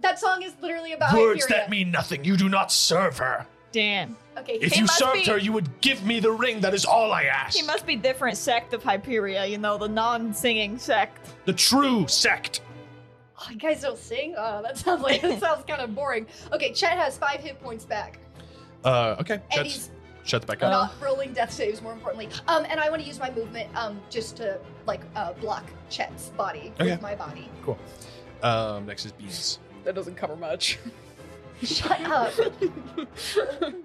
That song is literally about words Hyperia. that mean nothing. You do not serve her. Damn. okay, If He you must served be- her, you would give me the ring. That is all I ask. He must be different sect of Hyperia, you know, the non-singing sect. The true sect. oh, you guys don't sing? Oh, that sounds *laughs* like that sounds kind of boring. Okay, Chet has five hit points back. Uh, okay, And Chet's- he's Shut the back up. not rolling death saves more importantly um and i want to use my movement um just to like uh block chet's body Okay. with my body *laughs* Um, next is Beans. that doesn't cover much. shut up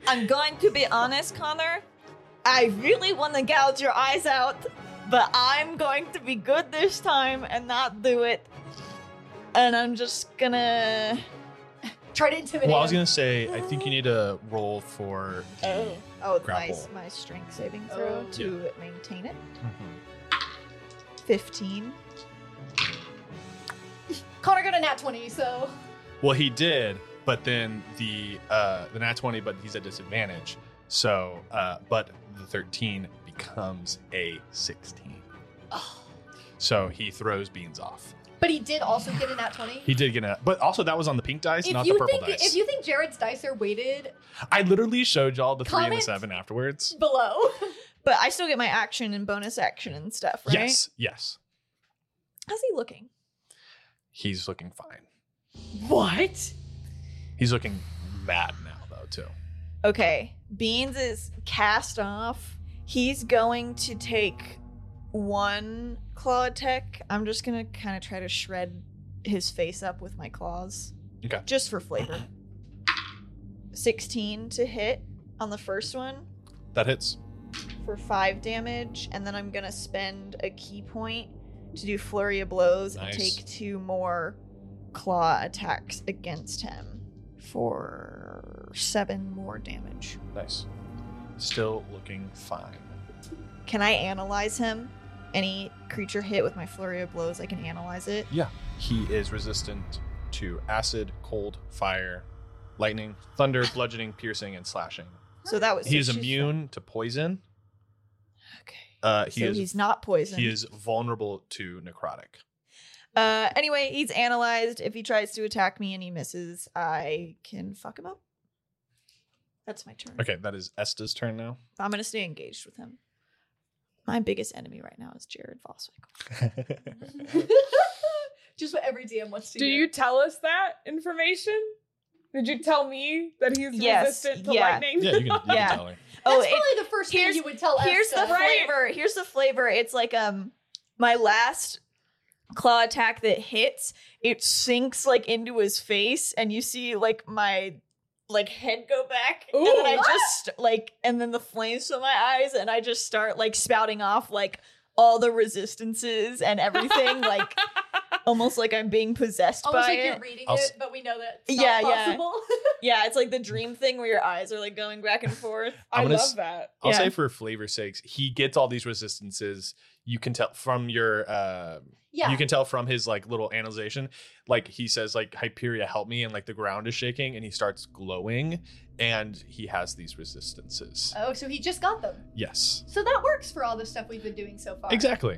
I'm going to be honest, Connor. I really want to gouge your eyes out, but I'm going to be good this time and not do it. And I'm just gonna. try to intimidate Well, I was him. gonna say, I think you need a roll for. Oh. Oh, my, Grapple. my strength saving throw Oh. to maintain it. 15. connor got a nat 20 so Well, he did, but then the uh, the nat twenty, but he's at disadvantage. So, uh, but the thirteen becomes a sixteen. oh. So he throws Beans off. but he did also get a nat 20 He did get a, but also that was on the pink dice, if not the you purple think dice. if you think jared's dice are weighted I literally showed y'all the three and the Comment- seven afterwards. below *laughs* But I still get my action and bonus action and stuff, right? Yes, yes, How's he looking? he's looking fine. What? He's looking mad now though too. Okay, Beans is cast off. He's going to take one claw attack. I'm just gonna kind of try to shred his face up with my claws. Okay. Just for flavor. 16 to hit on the first one That hits. for 5 damage, and then I'm gonna spend a key point to do Flurry of Blows Nice. and take two more claw attacks against him for 7 more damage. Nice. Still looking fine. Can I analyze him? Any creature hit with my flurry of blows, I can analyze it. He is resistant to acid, cold, fire, lightning, thunder, *laughs* bludgeoning, piercing, and slashing. So that was. He is six, you immune to poison. said. Okay. Uh, he so is he's not poisoned. he is vulnerable to necrotic. Uh, anyway, he's analyzed. If he tries to attack me and he misses, I can fuck him up. That's my turn. Okay, that is Esta's turn now. I'm gonna stay engaged with him. My biggest enemy right now is Jared Voswick. just what every dm wants to Do you tell us that information? Did you tell me that he's Yes, resistant to yeah. lightning? yeah, you can, you Yeah. can tell her. that's Oh, it- probably the first thing here's- you would tell here's the Esther. Right. flavor. Here's the flavor. It's like um my last claw attack that hits, it sinks like into his face, and you see like my like head go back, and then I Ooh. just like, and then the flames fill my eyes, and I just start like spouting off like all the resistances and everything, like *laughs* almost like I'm being possessed almost by like it. you're reading I'll s- it but we know that it's Yeah, not yeah. possible *laughs* *laughs* yeah, it's like the dream thing where your eyes are like going back and forth. *laughs* I I'm gonna love s- that. I'll Yeah. say for flavor's sakes, he gets all these resistances. You can tell from your uh, yeah, you can tell from his like little analyzation like he says like hyperia help me and like the ground is shaking and he starts glowing and he has these resistances oh so he just got them yes So that works for all the stuff we've been doing so far. exactly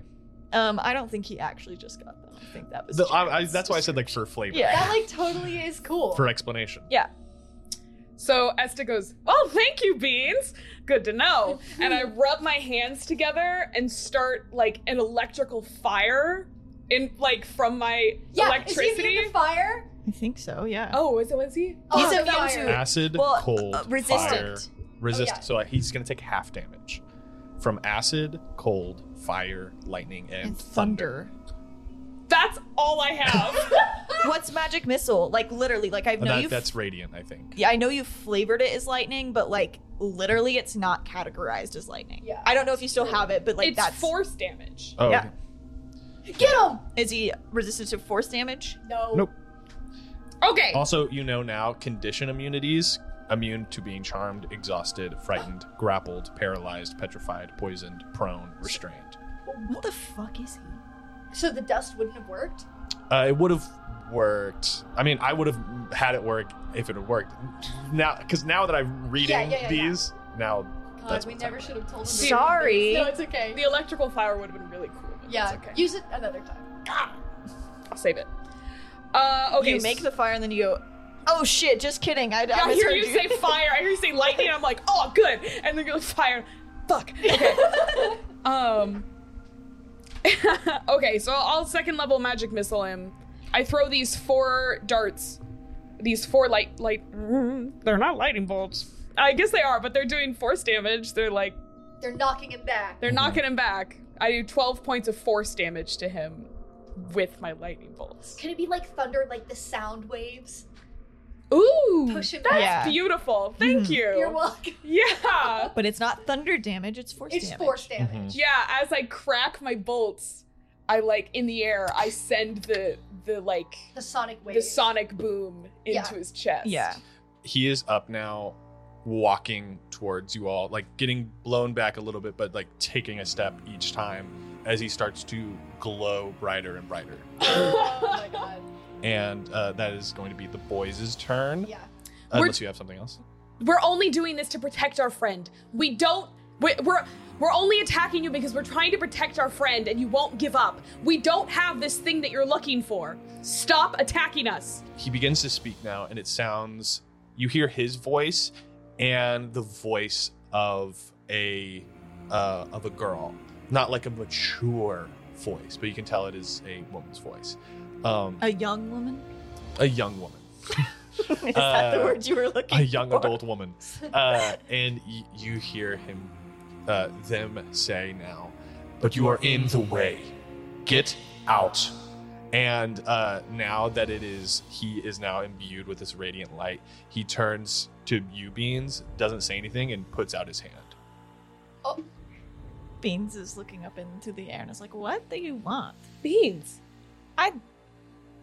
Um, I don't think he actually just got them. I think that was The- I, I, Jared's that's why i said like for flavor Yeah. That like totally is cool. for explanation So Esta goes, Oh, thank you, Beans. Good to *laughs* know. and I rub my hands together and start like an electrical fire in like from my yeah, is he electricity. immune to fire? I think so, yeah. oh, is it was he? Oh, He's the immune fire. to- acid Well, cold uh, resistant. fire resist Oh, yeah. so uh, he's gonna take half damage from acid cold fire lightning and, thunder, That's all I *laughs* have. *laughs* What's magic missile? Like literally, like I And know that- you. that's radiant i think yeah, I know you flavored it as lightning, but like literally it's not categorized as lightning. Yeah. I don't know if you still have it, but like it's that's force damage. Oh, Yeah. okay. Get him! Is he resistant to force damage? No. Nope. Oh. Okay. Also, you know now condition immunities immune to being charmed, exhausted, frightened, grappled, paralyzed, petrified, poisoned, prone, restrained. What the fuck is he? So the dust wouldn't have worked? Uh, it would have worked. I mean, I would have had it work if it had worked. Now, because now that I'm reading Yeah, yeah, yeah, yeah. these, now God, That's we what's never happening. should have told him. to do Sorry. this. No, it's okay. The electrical fire would have been really cool. but yeah, that's okay. use it another time. I'll save it. Uh, okay. You make the fire and then you go, oh shit, just kidding. I, I Yeah, I hear misheard you say fire. I hear you say lightning. and I'm like, oh, good. And then goes fire. Fuck. Okay. um. *laughs* okay, so I'll second level magic missile him. I throw these four darts. These four light light. They're not lightning bolts. I guess they are, but they're doing force damage. They're like They're knocking him back. they're knocking him back. I do 12 points of force damage to him with my lightning bolts. Can it be like thunder, like the sound waves? Ooh, Push him Yeah. back. beautiful. Thank Mhm. you. You're welcome. yeah. *laughs* But it's not thunder damage, it's force It's damage. force damage. Mhm. Yeah, as I crack my bolts, I like in the air, I send the the like The sonic waves. the sonic boom into Yeah. his chest. Yeah. he is up now, walking towards you all, like getting blown back a little bit, but like taking a step each time as he starts to glow brighter and brighter. oh my *laughs* god. And uh, that is going to be the boys' turn, Yeah. We're- unless you have something else. We're only doing this to protect our friend. We don't we- we're we're only attacking you because we're trying to protect our friend and you won't give up. We don't have this thing that you're looking for. Stop attacking us. he begins to speak now and it sounds you hear his voice and the voice of a uh, of a girl not like a mature voice but you can tell it is a woman's voice um, A young woman? *laughs* a young woman Is that the Uh, word you were looking a young for? adult *laughs* woman uh, and y- you hear him uh, them say now but you are in the way get out and uh, now that it is he is now imbued with this radiant light he turns to you beans doesn't say anything and puts out his hand Oh. Beans is looking up into the air and is like, what do you want? Beans. I.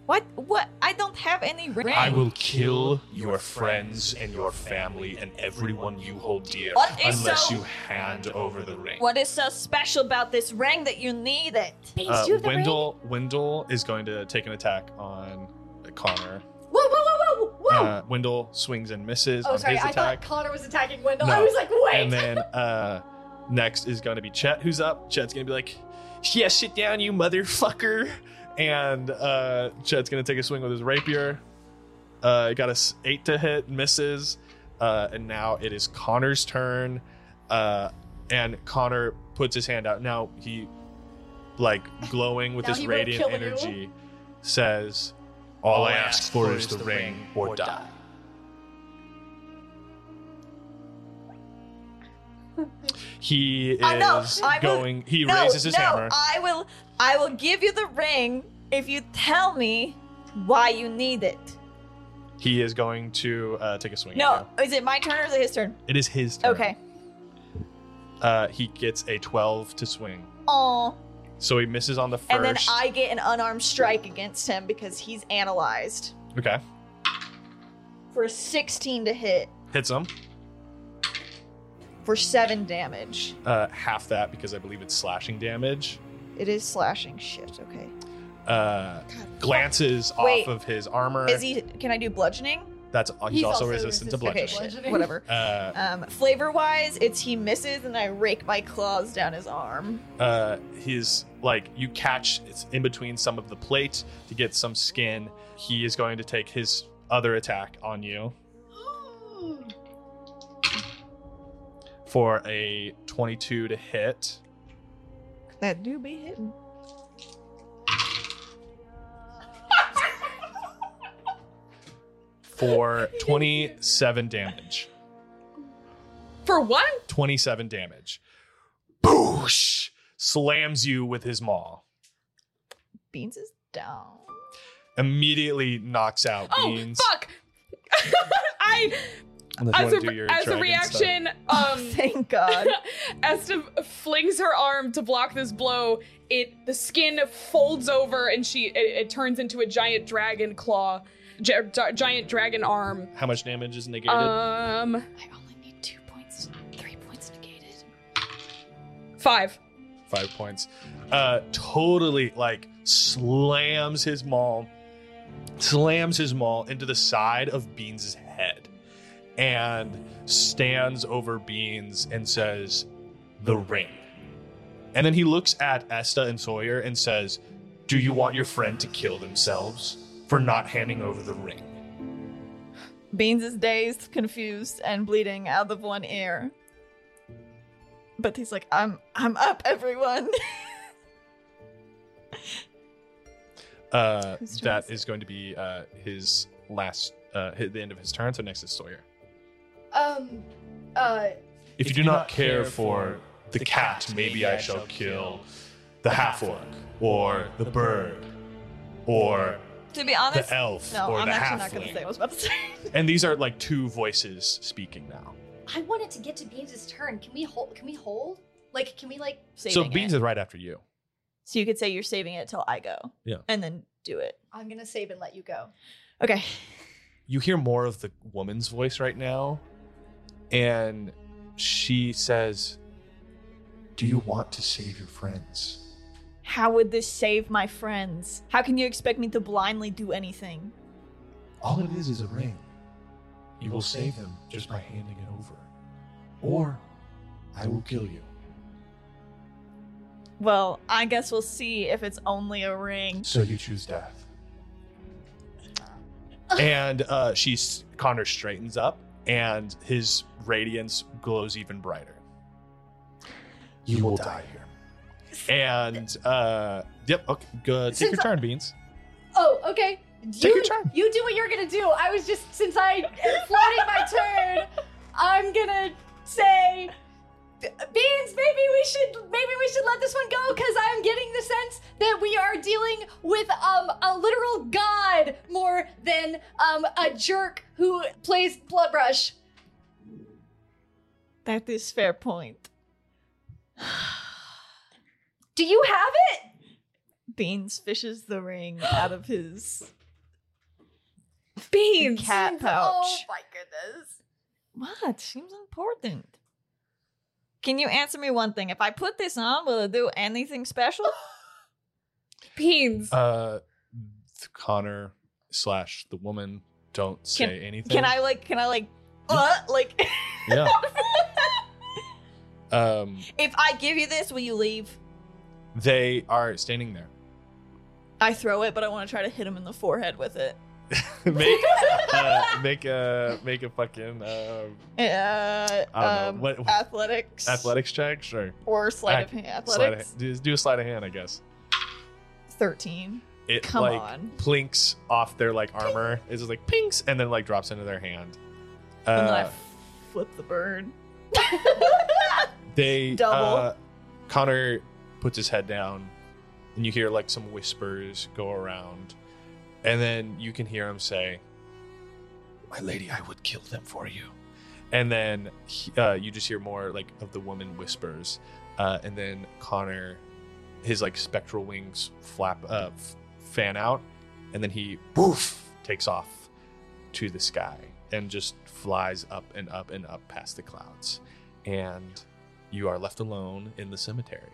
What? What? I don't have any ring. i will kill your friends and your family and everyone you hold dear What is unless so- you hand over the ring What is so special about this ring that you need it? Uh, do you have the Wendell, Wendell is going to take an attack on Connor. Whoa, whoa, whoa, whoa, whoa! Uh, Wendell swings and misses oh, on sorry. his I thought attack. Connor was attacking Wendell. No. I was like, wait. and then uh, next is going to be Chet, who's up. Chet's going to be like, yeah, sit down, you motherfucker. And uh, Chet's going to take a swing with his rapier. Uh, got a s- eight to hit, misses. Uh, and now it is Connor's turn. Uh, and Connor puts his hand out. Now he, like, glowing with Now this he will radiant kill you. energy, says, All I ask for is the ring or die. He is Oh, no, I will- going. he no, raises his no, hammer. I will. I will give you the ring if you tell me why you need it. he is going to uh, take a swing. at No, you. is it my turn or is it his turn? it is his turn. Okay. Uh, he gets a twelve to swing, Oh, so he misses on the first. and then I get an unarmed strike against him because he's analyzed okay for a 16 to hit hits him. for seven damage. Uh, half that because I believe it's slashing damage. It is slashing shit. Okay. Uh, glances Wait. off of his armor. Is he? Can I do bludgeoning? That's he's, also, resistant to Okay, bludgeoning. shit. Bludgeoning. Whatever. Uh, Um, flavor wise, it's he misses and I rake my claws down his arm. uh, his like you catch it's in between some of the plate to get some skin. He is going to take his other attack on you for a 22 to hit. That do be hidden. for 27 damage. For what? 27 damage. Boosh! Slams you with his maw. Beans is down. Immediately knocks out Oh Beans. fuck! *laughs* I Unless As you a, want to do your as dragon a stuff. reaction, Oh, um, *laughs* thank *laughs* God. Esta flings her arm to block this blow. It the skin folds over and she it, it turns into a giant dragon claw, gi- gi- giant dragon arm. How much damage is negated? Um, I only need two points, three points negated. five. five points. Uh, totally like slams his maul, slams his maul into the side of Beans' head, and stands over Beans and says, "The ring." And then he looks at Esta and Sawyer and says, "Do you want your friend to kill themselves for not handing over the ring?" Beans is dazed, confused, and bleeding out of one ear. But he's like, I'm I'm up, everyone. *laughs* Uh, Whose turn that is it? is going to be uh, his last, uh, hi- the end of his turn. So next is Sawyer. Um, uh, If you do not care for the cat, maybe I shall kill the half orc, or the bird, or to be honest, the elf, no, or I'm the actually not gonna say what I halfling. was about to say. And these are like two voices speaking now. I wanted to get to Beans' turn. Can we hold? Can we hold? Like, can we like? Saving so Beans it. is right after you. so you could say you're saving it till I go. Yeah. And then do it. I'm gonna save and let you go. Okay. You hear more of the woman's voice right now, and she *laughs* says, "Do you want to save your friends?" How would this save my friends? How can you expect me to blindly do anything? All it is is a ring. You will save them just by handing it over. Or I will kill you. Well, I guess we'll see if it's only a ring. So you choose death. And uh, she's Connor straightens up, and his radiance glows even brighter. You will die here. And uh, yep, okay, good. Take your Since I- turn, Beans. Oh, okay. Take your turn. You do what you're gonna do. I was just since I am floating my turn, I'm gonna say, Beans. Maybe we should maybe we should let this one go because I'm getting the sense that we are dealing with um a literal god more than um a jerk who plays Blood Rush. That is fair point. *sighs* Do you have it? Beans fishes the ring out of his *gasps* Beans. cat Oh pouch. my goodness. What? Seems important. Can you answer me one thing? If I put this on, will it do anything special? Beans. Uh, Connor slash the woman don't say anything. Can I like can I like uh, like Yeah. *laughs* um, *laughs* if I give you this, will you leave? they are standing there. *laughs* I throw it, but I want to try to hit him in the forehead with it. make uh, make a make a fucking uh, Uh, I don't um, know. What- what- athletics, athletics check. Sure, or sleight of Ac- hand. Sleight of Athletics. hand- do- do a sleight of hand, I guess. Thirteen. It Come like on. plinks off their like armor. It's just like pinks, and then like drops into their hand. and then I Uh, f- flip the bird. they double. Uh, Connor puts his head down, and you hear like some whispers go around, and then you can hear him say, "My lady, I would kill them for you." And then he- uh, you just hear more like of the woman whispers, uh, and then Connor, his like spectral wings flap, uh, f- fan out, and then he poof takes off to the sky and just flies up and up and up past the clouds, and you are left alone in the cemetery.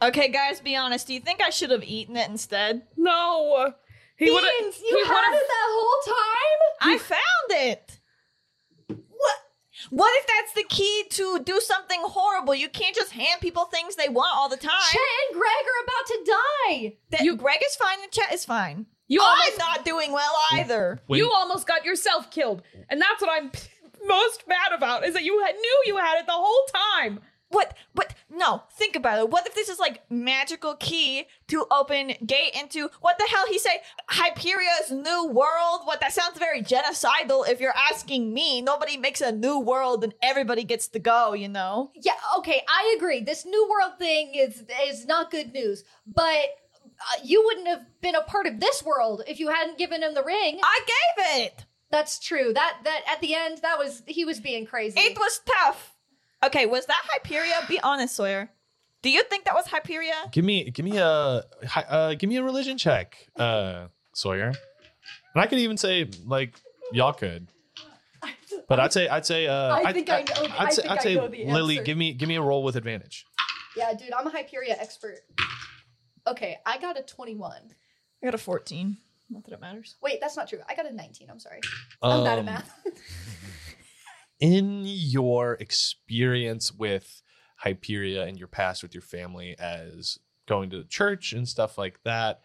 Okay, guys, be honest. Do you think I should have eaten it instead? no. He would have. Beans, you he had would've- it that whole time? I found it. What? What if that's the key to do something horrible? You can't just hand people things they want all the time. Chet and Greg are about to die. That- You- Greg is fine and Chet is fine. You I'm almost. not doing well either. When- you almost got yourself killed, and that's what I'm *laughs* most mad about. Is that you had, knew you had it the whole time. What? What? No, think about it. What if this is like magical key to open gate into what the hell he say? Hyperia's new world? What? That sounds very genocidal if you're asking me. Nobody makes a new world and everybody gets to go, you know? Yeah, okay, I agree. This new world thing is is not good news, but uh, you wouldn't have been a part of this world if you hadn't given him the ring. I gave it! That's true. That that at the end, that was he was being crazy. *laughs* It was tough. Okay, was that Hyperia? Be honest, Sawyer. Do you think that was Hyperia? Give me, give me a, hi- uh, give me a religion check, uh, Sawyer. And I could even say like y'all could, but I'd say I'd say uh, I I'd- think I know- I I'd say, think I'd I say know the Lily, answer. give me give me a roll with advantage. yeah, dude, I'm a Hyperia expert. Okay, I got a 21. I got a 14. Not that it matters. Wait, that's not true. I got a 19. I'm sorry. I'm bad at Um, math. in your experience with Hyperia and your past with your family as going to the church and stuff like that,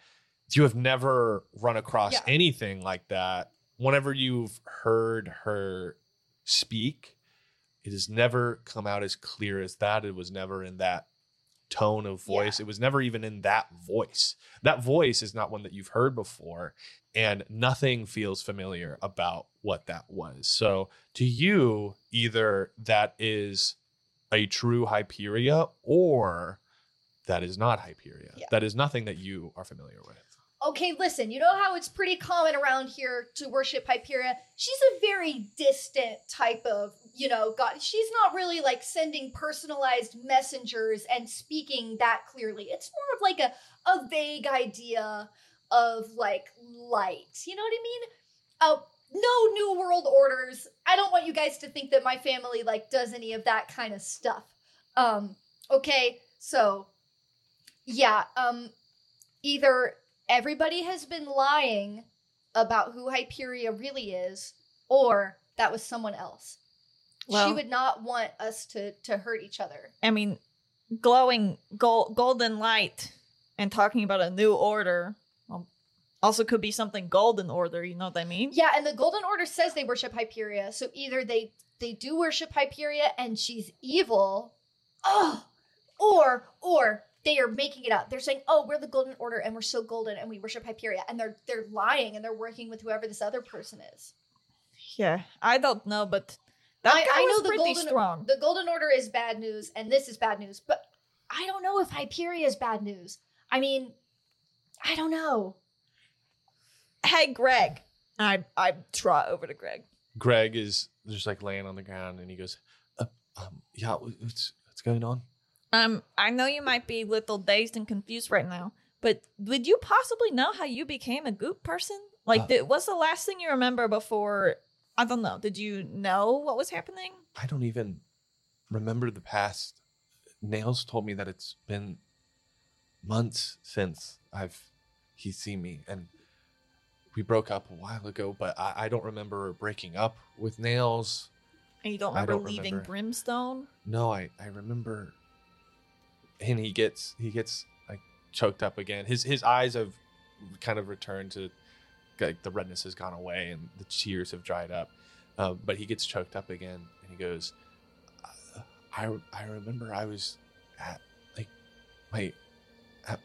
you have never run across Yeah. anything like that. Whenever you've heard her speak, it has never come out as clear as that. It was never in that tone of voice. It was never even in that voice. That voice is not one that you've heard before, and nothing feels familiar about what that was. So, to you either that is a true hyperia or that is not hyperia Yeah. that is nothing that you are familiar with okay, listen, you know how it's pretty common around here to worship Hyperia? She's a very distant type of, you know, God. She's not really like sending personalized messengers and speaking that clearly. It's more of like a, a vague idea of like light. You know what I mean? Uh, no new world orders. I don't want you guys to think that my family like does any of that kind of stuff. Um, okay, so yeah, um either everybody has been lying about who Hyperia really is, or that was someone else. she Well- would not want us to to hurt each other. I mean, glowing gold, golden light and talking about a new order um, also could be something golden order, you know what I mean? Yeah, and the Golden Order says they worship Hyperia, so either they they do worship Hyperia and she's evil, oh, or or they are making it up. They're saying, "Oh, we're the Golden Order and we're so golden and we worship Hyperia," and they're they're lying and they're working with whoever this other person is. Yeah, I don't know, but that I- guy I was know the pretty golden- strong. The Golden Order is bad news, and this is bad news. But I don't know if Hyperia is bad news. I mean, I don't know. hey, Greg. I I trot over to Greg. greg is just like laying on the ground and he goes uh, um, yeah what's, what's going on Um, I know you might be a little dazed and confused right now, but would you possibly know how you became a goop person? Like, Uh, did, what's the last thing you remember before? I don't know. Did you know what was happening? i don't even remember the past nails told me that it's been months since i've he's seen me and we broke up a while ago but i, I don't remember breaking up with nails And you don't I remember don't leaving remember. Brimstone? no i i remember and he gets he gets like choked up again his his eyes have kind of returned to like the redness has gone away and the tears have dried up uh, but he gets choked up again and he goes i i remember i was at like my at,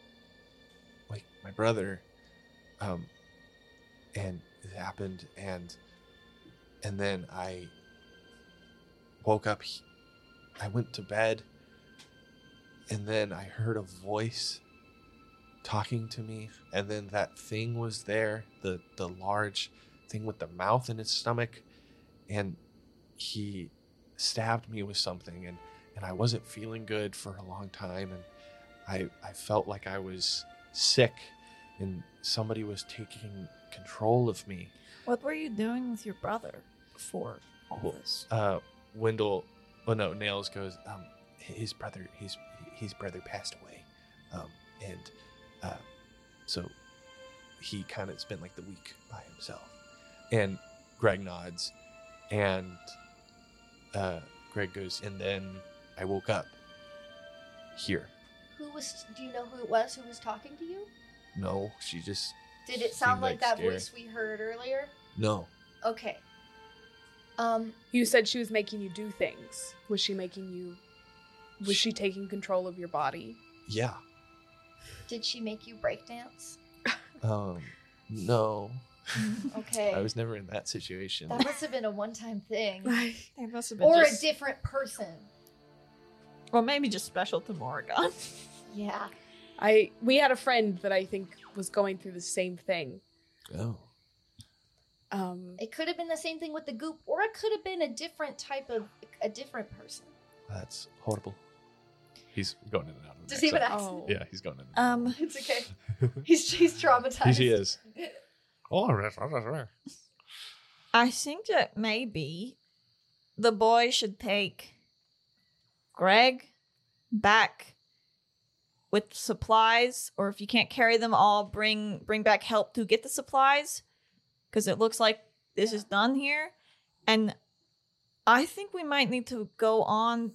like my brother um and it happened and and then i woke up he- I went to bed, and then I heard a voice talking to me, and then that thing was there, the the large thing with the mouth in its stomach, and he stabbed me with something, and and I wasn't feeling good for a long time, and I I felt like I was sick, and somebody was taking control of me. What were you doing with your brother for all Well, this? uh Wendell oh no Nails goes um his brother his his brother passed away um and uh so he kind of spent like the week by himself and Greg nods and uh Greg goes and then I woke up here Who was? Do you know who it was? Who was talking to you? no she just Did it Seemed sound like, like that scary. voice we heard earlier? no Okay. Um. You said she was making you do things. Was she making you? Was she taking control of your body? yeah Did she make you *laughs* breakdance? um no Okay. I was never in that situation that must have been a one-time thing, *laughs* They must have been or just- a different person. or maybe just special to Morrigan. *laughs* Yeah. I we had a friend that I think was going through the same thing. oh Um, It could have been the same thing with the goop, or it could have been a different type of a different person. That's horrible. He's going in and out of the Does he have an accent. accent? Yeah, he's going in. And out. Um, *laughs* It's okay. *laughs* He's he's traumatized. he is. Oh, I think that maybe the boy should take Greg back with supplies, or if you can't carry them all, bring bring back help to get the supplies, because it looks like this is done here. And I think we might need to go on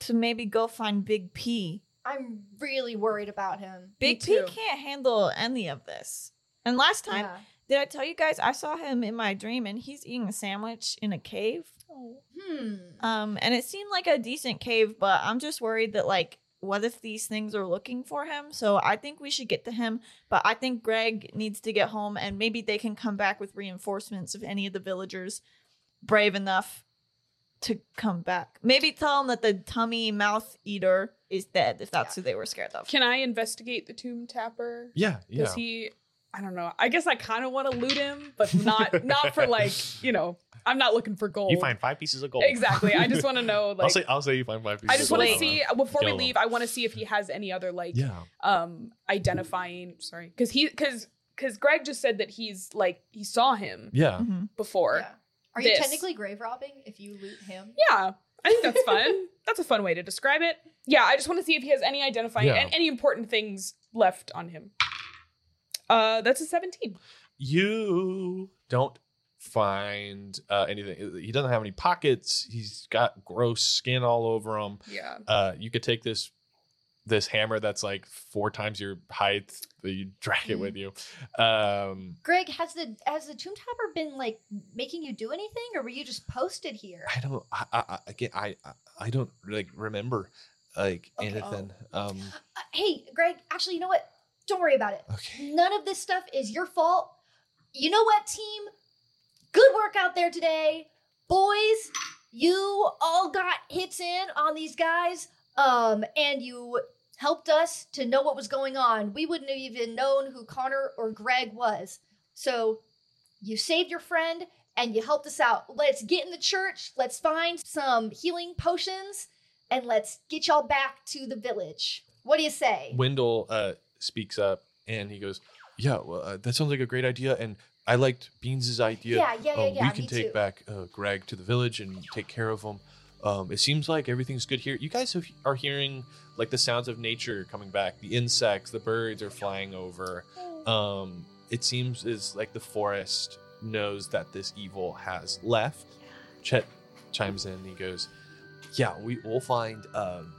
to maybe go find Big P. I'm really worried about him. Big Me P too. can't handle any of this. And last time, Yeah. did I tell you guys I saw him in my dream and he's eating a sandwich in a cave? Oh. Hmm. Um, and it seemed like a decent cave, but I'm just worried that like, what if these things are looking for him? So I think we should get to him, but I think Greg needs to get home and maybe they can come back with reinforcements if any of the villagers brave enough to come back. Maybe tell them that the tummy mouth eater is dead if that's who they were scared of. can I investigate the tomb tapper? Yeah, yeah. Because he, I don't know. I guess I kind of want to loot him, but *laughs* not not for like you know. I'm not looking for gold. You find five pieces of gold. exactly. *laughs* I just want to know. Like, I'll say. I'll say you find five pieces. I just of want to gold. see uh, before we Kill him. leave. I want to see if he has any other like Yeah. um identifying. Sorry, because he because because Greg just said that he's like he saw him Yeah. Mhm. before. Yeah. Yeah, Are you this. technically grave robbing if you loot him? I think that's *laughs* fun. that's a fun way to describe it. Yeah, I just want to see if he has any identifying Yeah. and any important things left on him. Uh, that's a seventeen. you don't find uh, anything. He doesn't have any pockets. He's got gross skin all over him. Yeah. Uh, you could take this this hammer that's like four times your height. that You drag *laughs* it with you. Um, Greg, has the has the tomb tapper been like making you do anything, or were you just posted here? I don't. I, I, I again, I I- I don't like remember like Okay. anything. Um, Uh, hey, Greg. Actually, you know what? Don't worry about it. okay. None of this stuff is your fault. You know what, team? Good work out there today. Boys, you all got hits in on these guys, um, and you helped us to know what was going on. We wouldn't have even known who Connor or Greg was. So you saved your friend and you helped us out. Let's get in the church, let's find some healing potions, and let's get y'all back to the village. What do you say? Wendell uh, speaks up and he goes, "Yeah, well, uh, that sounds like a great idea, and I liked Beans's idea. Yeah, yeah, yeah, Um, yeah, we can me take too. back uh, Greg to the village and take care of him. Um, it seems like everything's good here. You guys have, are hearing like the sounds of nature coming back. The insects, the birds are flying over. Oh. Um, it seems is like the forest knows that this evil has left. Chet chimes in. and He goes, "Yeah, we will find um,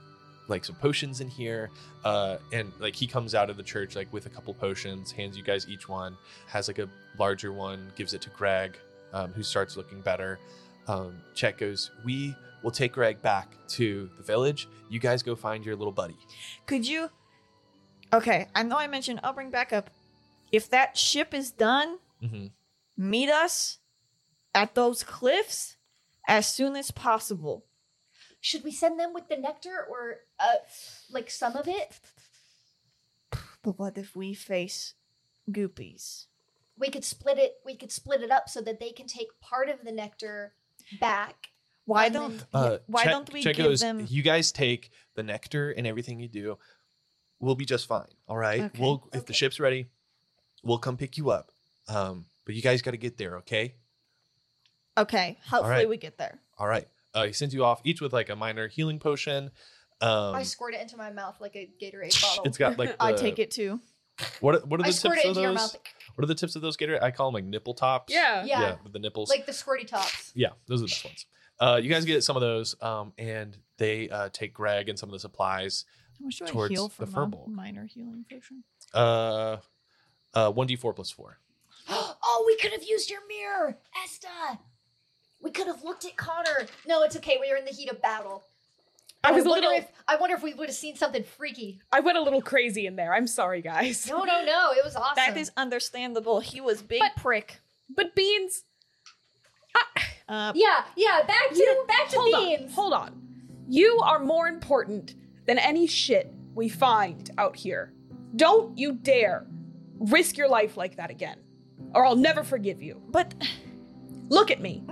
like some potions in here." Uh, and like he comes out of the church like with a couple potions, hands you guys each one. Has like a larger one, gives it to Greg, um, who starts looking better. Um, Chet goes, "We will take Greg back to the village. You guys go find your little buddy." Could you? Okay, I know I mentioned I'll bring backup. If that ship is done, Mm-hmm. meet us at those cliffs as soon as possible. *sighs* Should we send them with the nectar or uh like some of it? But what if we face goopies? We could split it we could split it up so that they can take part of the nectar back. Why And don't then- Uh, yeah, why don't we give them You guys take the nectar and everything you do. We'll be just fine. All right. Okay. We'll if Okay. the ship's ready, we'll come pick you up. Um, but you guys got to get there, okay? Okay, hopefully right. we get there. All right. Uh, he sends you off each with like a minor healing potion. Um, I squirt it into my mouth like a Gatorade bottle. it's got like *laughs* I the- take it too. What are, what are I the squirt tips it of into your mouth. those? What are the tips of those Gatorade? I call them like nipple tops. Yeah. Yeah. with the nipples. Like the squirty tops. *gasps* yeah, those are the best ones. Uh, you guys get some of those, um, and they uh, take Greg and some of the supplies. How much do I Towards heal the from a furball. minor healing potion? Uh, uh, one d four plus four. oh, we could have used your mirror, Esta. We could have looked at Connor. No, it's okay. We were in the heat of battle. I was a wonder little. if I wonder if we would have seen something freaky. I went a little crazy in there. I'm sorry, guys. No, no, no. It was awesome. That is understandable. He was big But- prick. But beans. Uh, Yeah, yeah. Back to back to hold beans. on. Hold on. You are more important than any shit we find out here. Don't you dare risk your life like that again. or I'll never forgive you. But Look at me.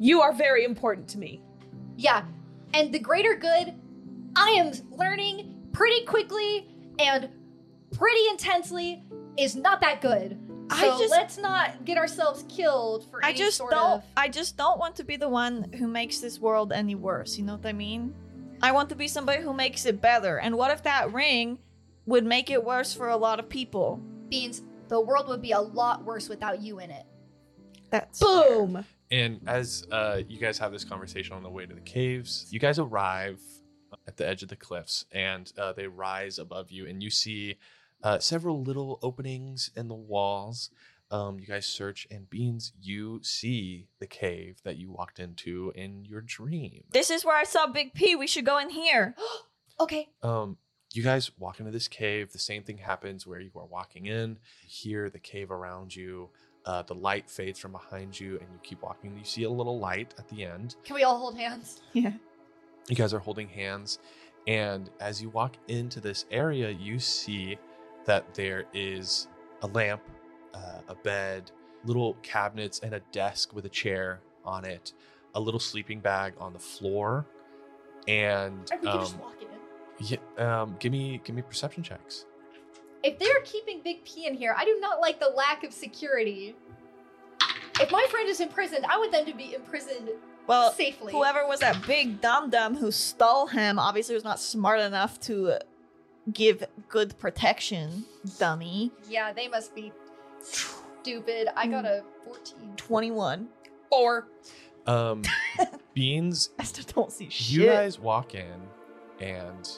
You are very important to me. Yeah. And the greater good, I am learning pretty quickly and pretty intensely is not that good. I So just- let's not get ourselves killed for I any just sort don't of I just don't want to be the one who makes this world any worse, you know what I mean? I want to be somebody who makes it better. And what if that ring would make it worse for a lot of people? beans. The world would be a lot worse without you in it. That's Boom. And as uh, you guys have this conversation on the way to the caves, you guys arrive at the edge of the cliffs and uh, they rise above you, and you see uh, several little openings in the walls. Um, you guys search, and Beans, you see the cave that you walked into in your dream. This is where I saw Big P. We should go in here. Okay. um you guys walk into this cave the same thing happens where you are walking in you hear the cave around you uh, the light fades from behind you and you keep walking you see a little light at the end Can we all hold hands? Yeah. you guys are holding hands and as you walk into this area you see that there is a lamp uh, a bed little cabinets and a desk with a chair on it a little sleeping bag on the floor and Or we can just um, walk in. yeah, um, give me give me perception checks. If they're keeping Big P in here, I do not like the lack of security. If my friend is imprisoned, I want them to be imprisoned Well, safely. whoever was that big dum dum who stole him obviously was not smart enough to uh, give good protection, dummy. Yeah, they must be stupid. I got a 14. 21. Or Um, Beans, *laughs* I still don't see shit. you guys walk in and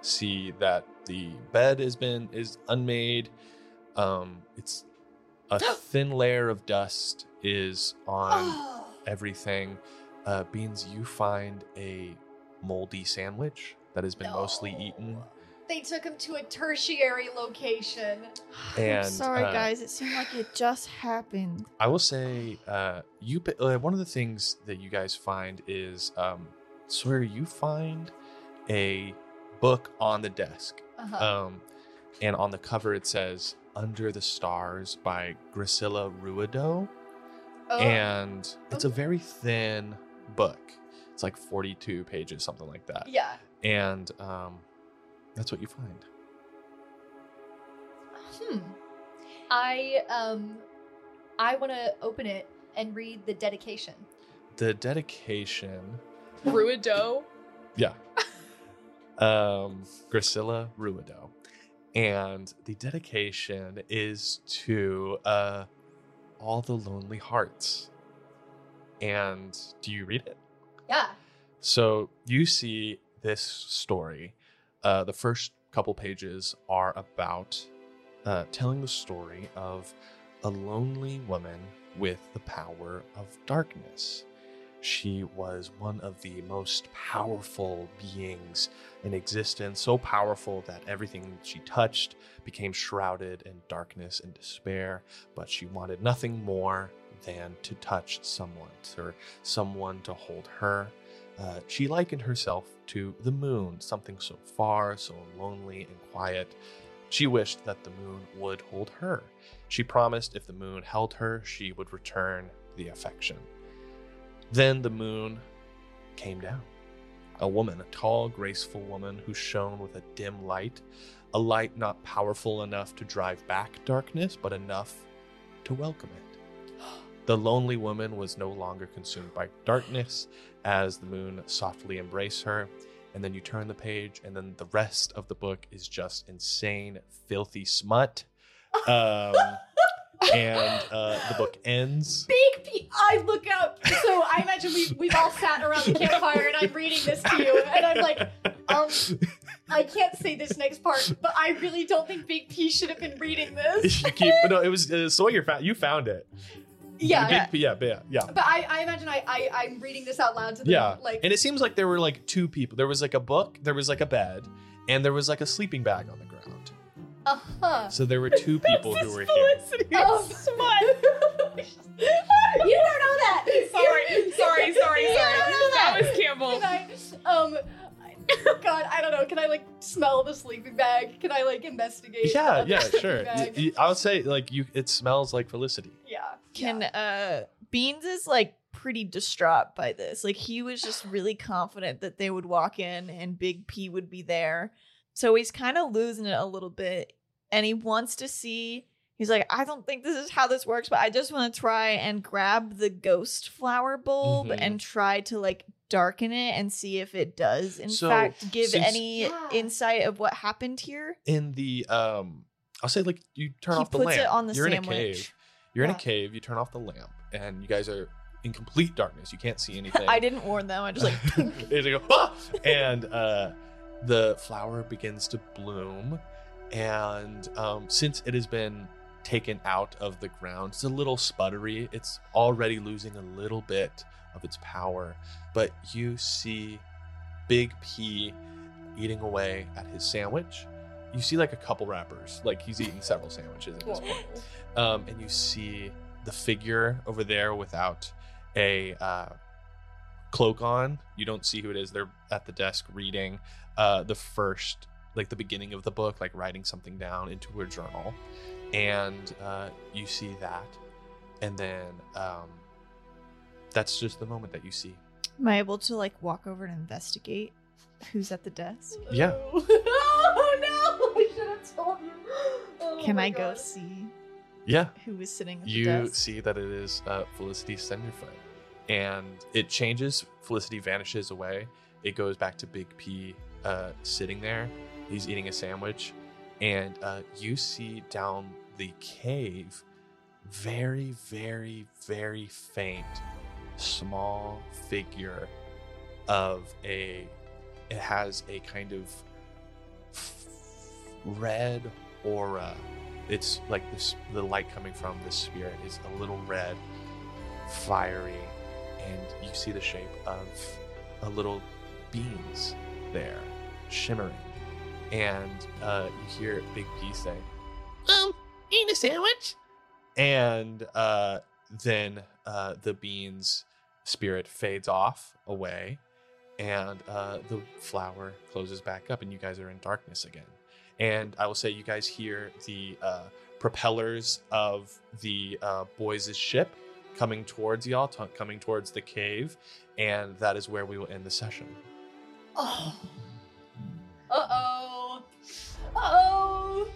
see that the bed has been is unmade. Um, it's a thin layer of dust is *gasps* on Oh, everything. Uh, Beans, you find a moldy sandwich that has been mostly No. eaten. they took him to a tertiary location. And *sighs* I'm sorry, uh, guys. It seemed like it just happened. I will say, uh, you pi- uh, one of the things that you guys find is um, Sawyer. You find a book on the desk, Uh-huh. um, and on the cover it says "Under the Stars" by Grisilla Ruido, oh, and it's a very thin book. It's like forty-two pages, something like that, yeah. and um, that's what you find. Hmm. I um, I want to open it and read the dedication. The dedication, Ruido. Yeah. um, Grisilla Ruido. And the dedication is to uh, all the lonely hearts. And do you read it? Yeah. So you see this story. Uh, the first couple pages are about uh, telling the story of a lonely woman with the power of darkness. She was one of the most powerful beings in existence, so powerful that everything she touched became shrouded in darkness and despair. But she wanted nothing more than to touch someone, or someone to hold her. Uh, she likened herself to the moon, something so far, so lonely and quiet. She wished that the moon would hold her. She promised if the moon held her, she would return the affection. Then the moon came down. A woman, a tall, graceful woman who shone with a dim light, a light not powerful enough to drive back darkness, but enough to welcome it. The lonely woman was no longer consumed by darkness as the moon softly embraced her. And then you turn the page, and then the rest of the book is just insane, filthy smut. *laughs* Um, and uh, the book ends. Big P. I look up. So I imagine we we've all sat around the campfire and I'm reading this to you and I'm like, um, I can't say this next part, but I really don't think Big P should have been reading you *laughs* this. keep no. It was uh, Sawyer found you found it. Yeah. Big- yeah, yeah, yeah. But I, I imagine I, I I'm reading this out loud to them. Yeah. Like And it seems like there were like two people. There was like a book, there was like a bed, and there was like a sleeping bag on the ground. uh huh. *laughs* So there were *laughs* two people who were here. Oh. smut. You don't know that. *laughs* sorry, sorry, sorry, sorry. You don't know That that. was Campbell. Can I, um, God, I don't know. Can I like smell of a sleeping bag? Can I like investigate? Yeah, the yeah, sleeping sure. Y- bag? y- I would say like you, it smells like Felicity. yeah. Can uh Beans is like pretty distraught by this. Like he was *sighs* just really confident that they would walk in and Big P would be there. So he's kind of losing it a little bit and he wants to see he's like I don't think this is how this works, but I just want to try and grab the ghost flower bulb Mhm. and try to like darken it and see if it does in So, fact give since- any Yeah. insight of what happened here. In the um, I'll say like you turn he off the puts lamp. it on the You're sandwich. in a cave. You're in Yeah. a cave. You turn off the lamp, and you guys are in complete darkness. You *laughs* can't see anything. I didn't warn them. I just like *laughs* and they go, "Ah!" and uh, the flower begins to bloom. And um, since it has been taken out of the ground, it's a little sputtery. It's already losing a little bit of its power. But you see Big P eating away at his sandwich. You see like a couple wrappers, like he's eating several sandwiches at this point Whoa. um, and you see the figure over there without a uh, cloak on. You don't see who it is. They're at the desk reading uh, the first, like the beginning of the book, like writing something down into a journal, and uh, you see that, and then um, that's just the moment that you see. Am I able to like walk over and investigate who's at the desk? Yeah. *laughs* oh no! I should have told you. *gasps* Oh Can my I go God. see Yeah, who was sitting at you the desk? see that it is uh, Felicity Senderfoot. And it changes. Felicity vanishes away. It goes back to Big P uh, sitting there. He's eating a sandwich. And uh, you see down the cave, very, very, very faint, small figure of a. It has a kind of f- red aura it's like this the light coming from this spirit is a little red fiery and you see the shape of a little beans there shimmering and uh, you hear big p say um eating a sandwich and uh, then uh, the beans spirit fades off away and uh, the flower closes back up and you guys are in darkness again and I will say you guys hear the uh, propellers of the uh, boys' ship coming towards y'all, t- coming towards the cave, and that is where we will end the session. Oh. Uh oh. Uh oh.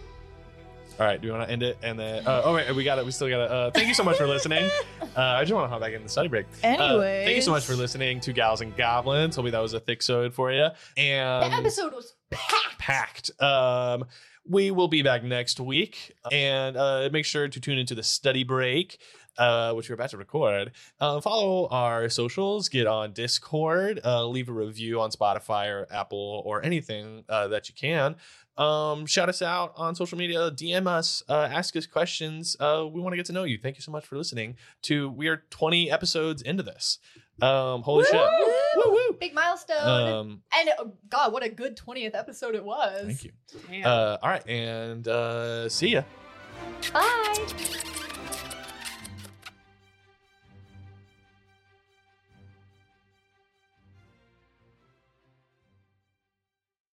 All right, do you want to end it? And then, uh, oh wait, we got it. We still got it. Uh, thank you so much for listening. Uh, I just want to hop back in the study break. Uh, Anyway, thank you so much for listening to Gals and Goblins. Hopefully that was a thick sode for you. And The episode was packed. packed. Um, we will be back next week, and uh, make sure to tune into the study break, uh, which we're about to record. Uh, follow our socials, get on Discord, uh, leave a review on Spotify or Apple or anything uh, that you can. Um, shout us out on social media, DM us, uh, ask us questions. Uh, we want to get to know you. Thank you so much for listening. To we are 20 episodes into this. Um, holy shit! Woo woo! Big milestone. Um, and uh, God, what a good 20th episode it was. thank you. Man. Uh, all right, and uh, see ya. Bye.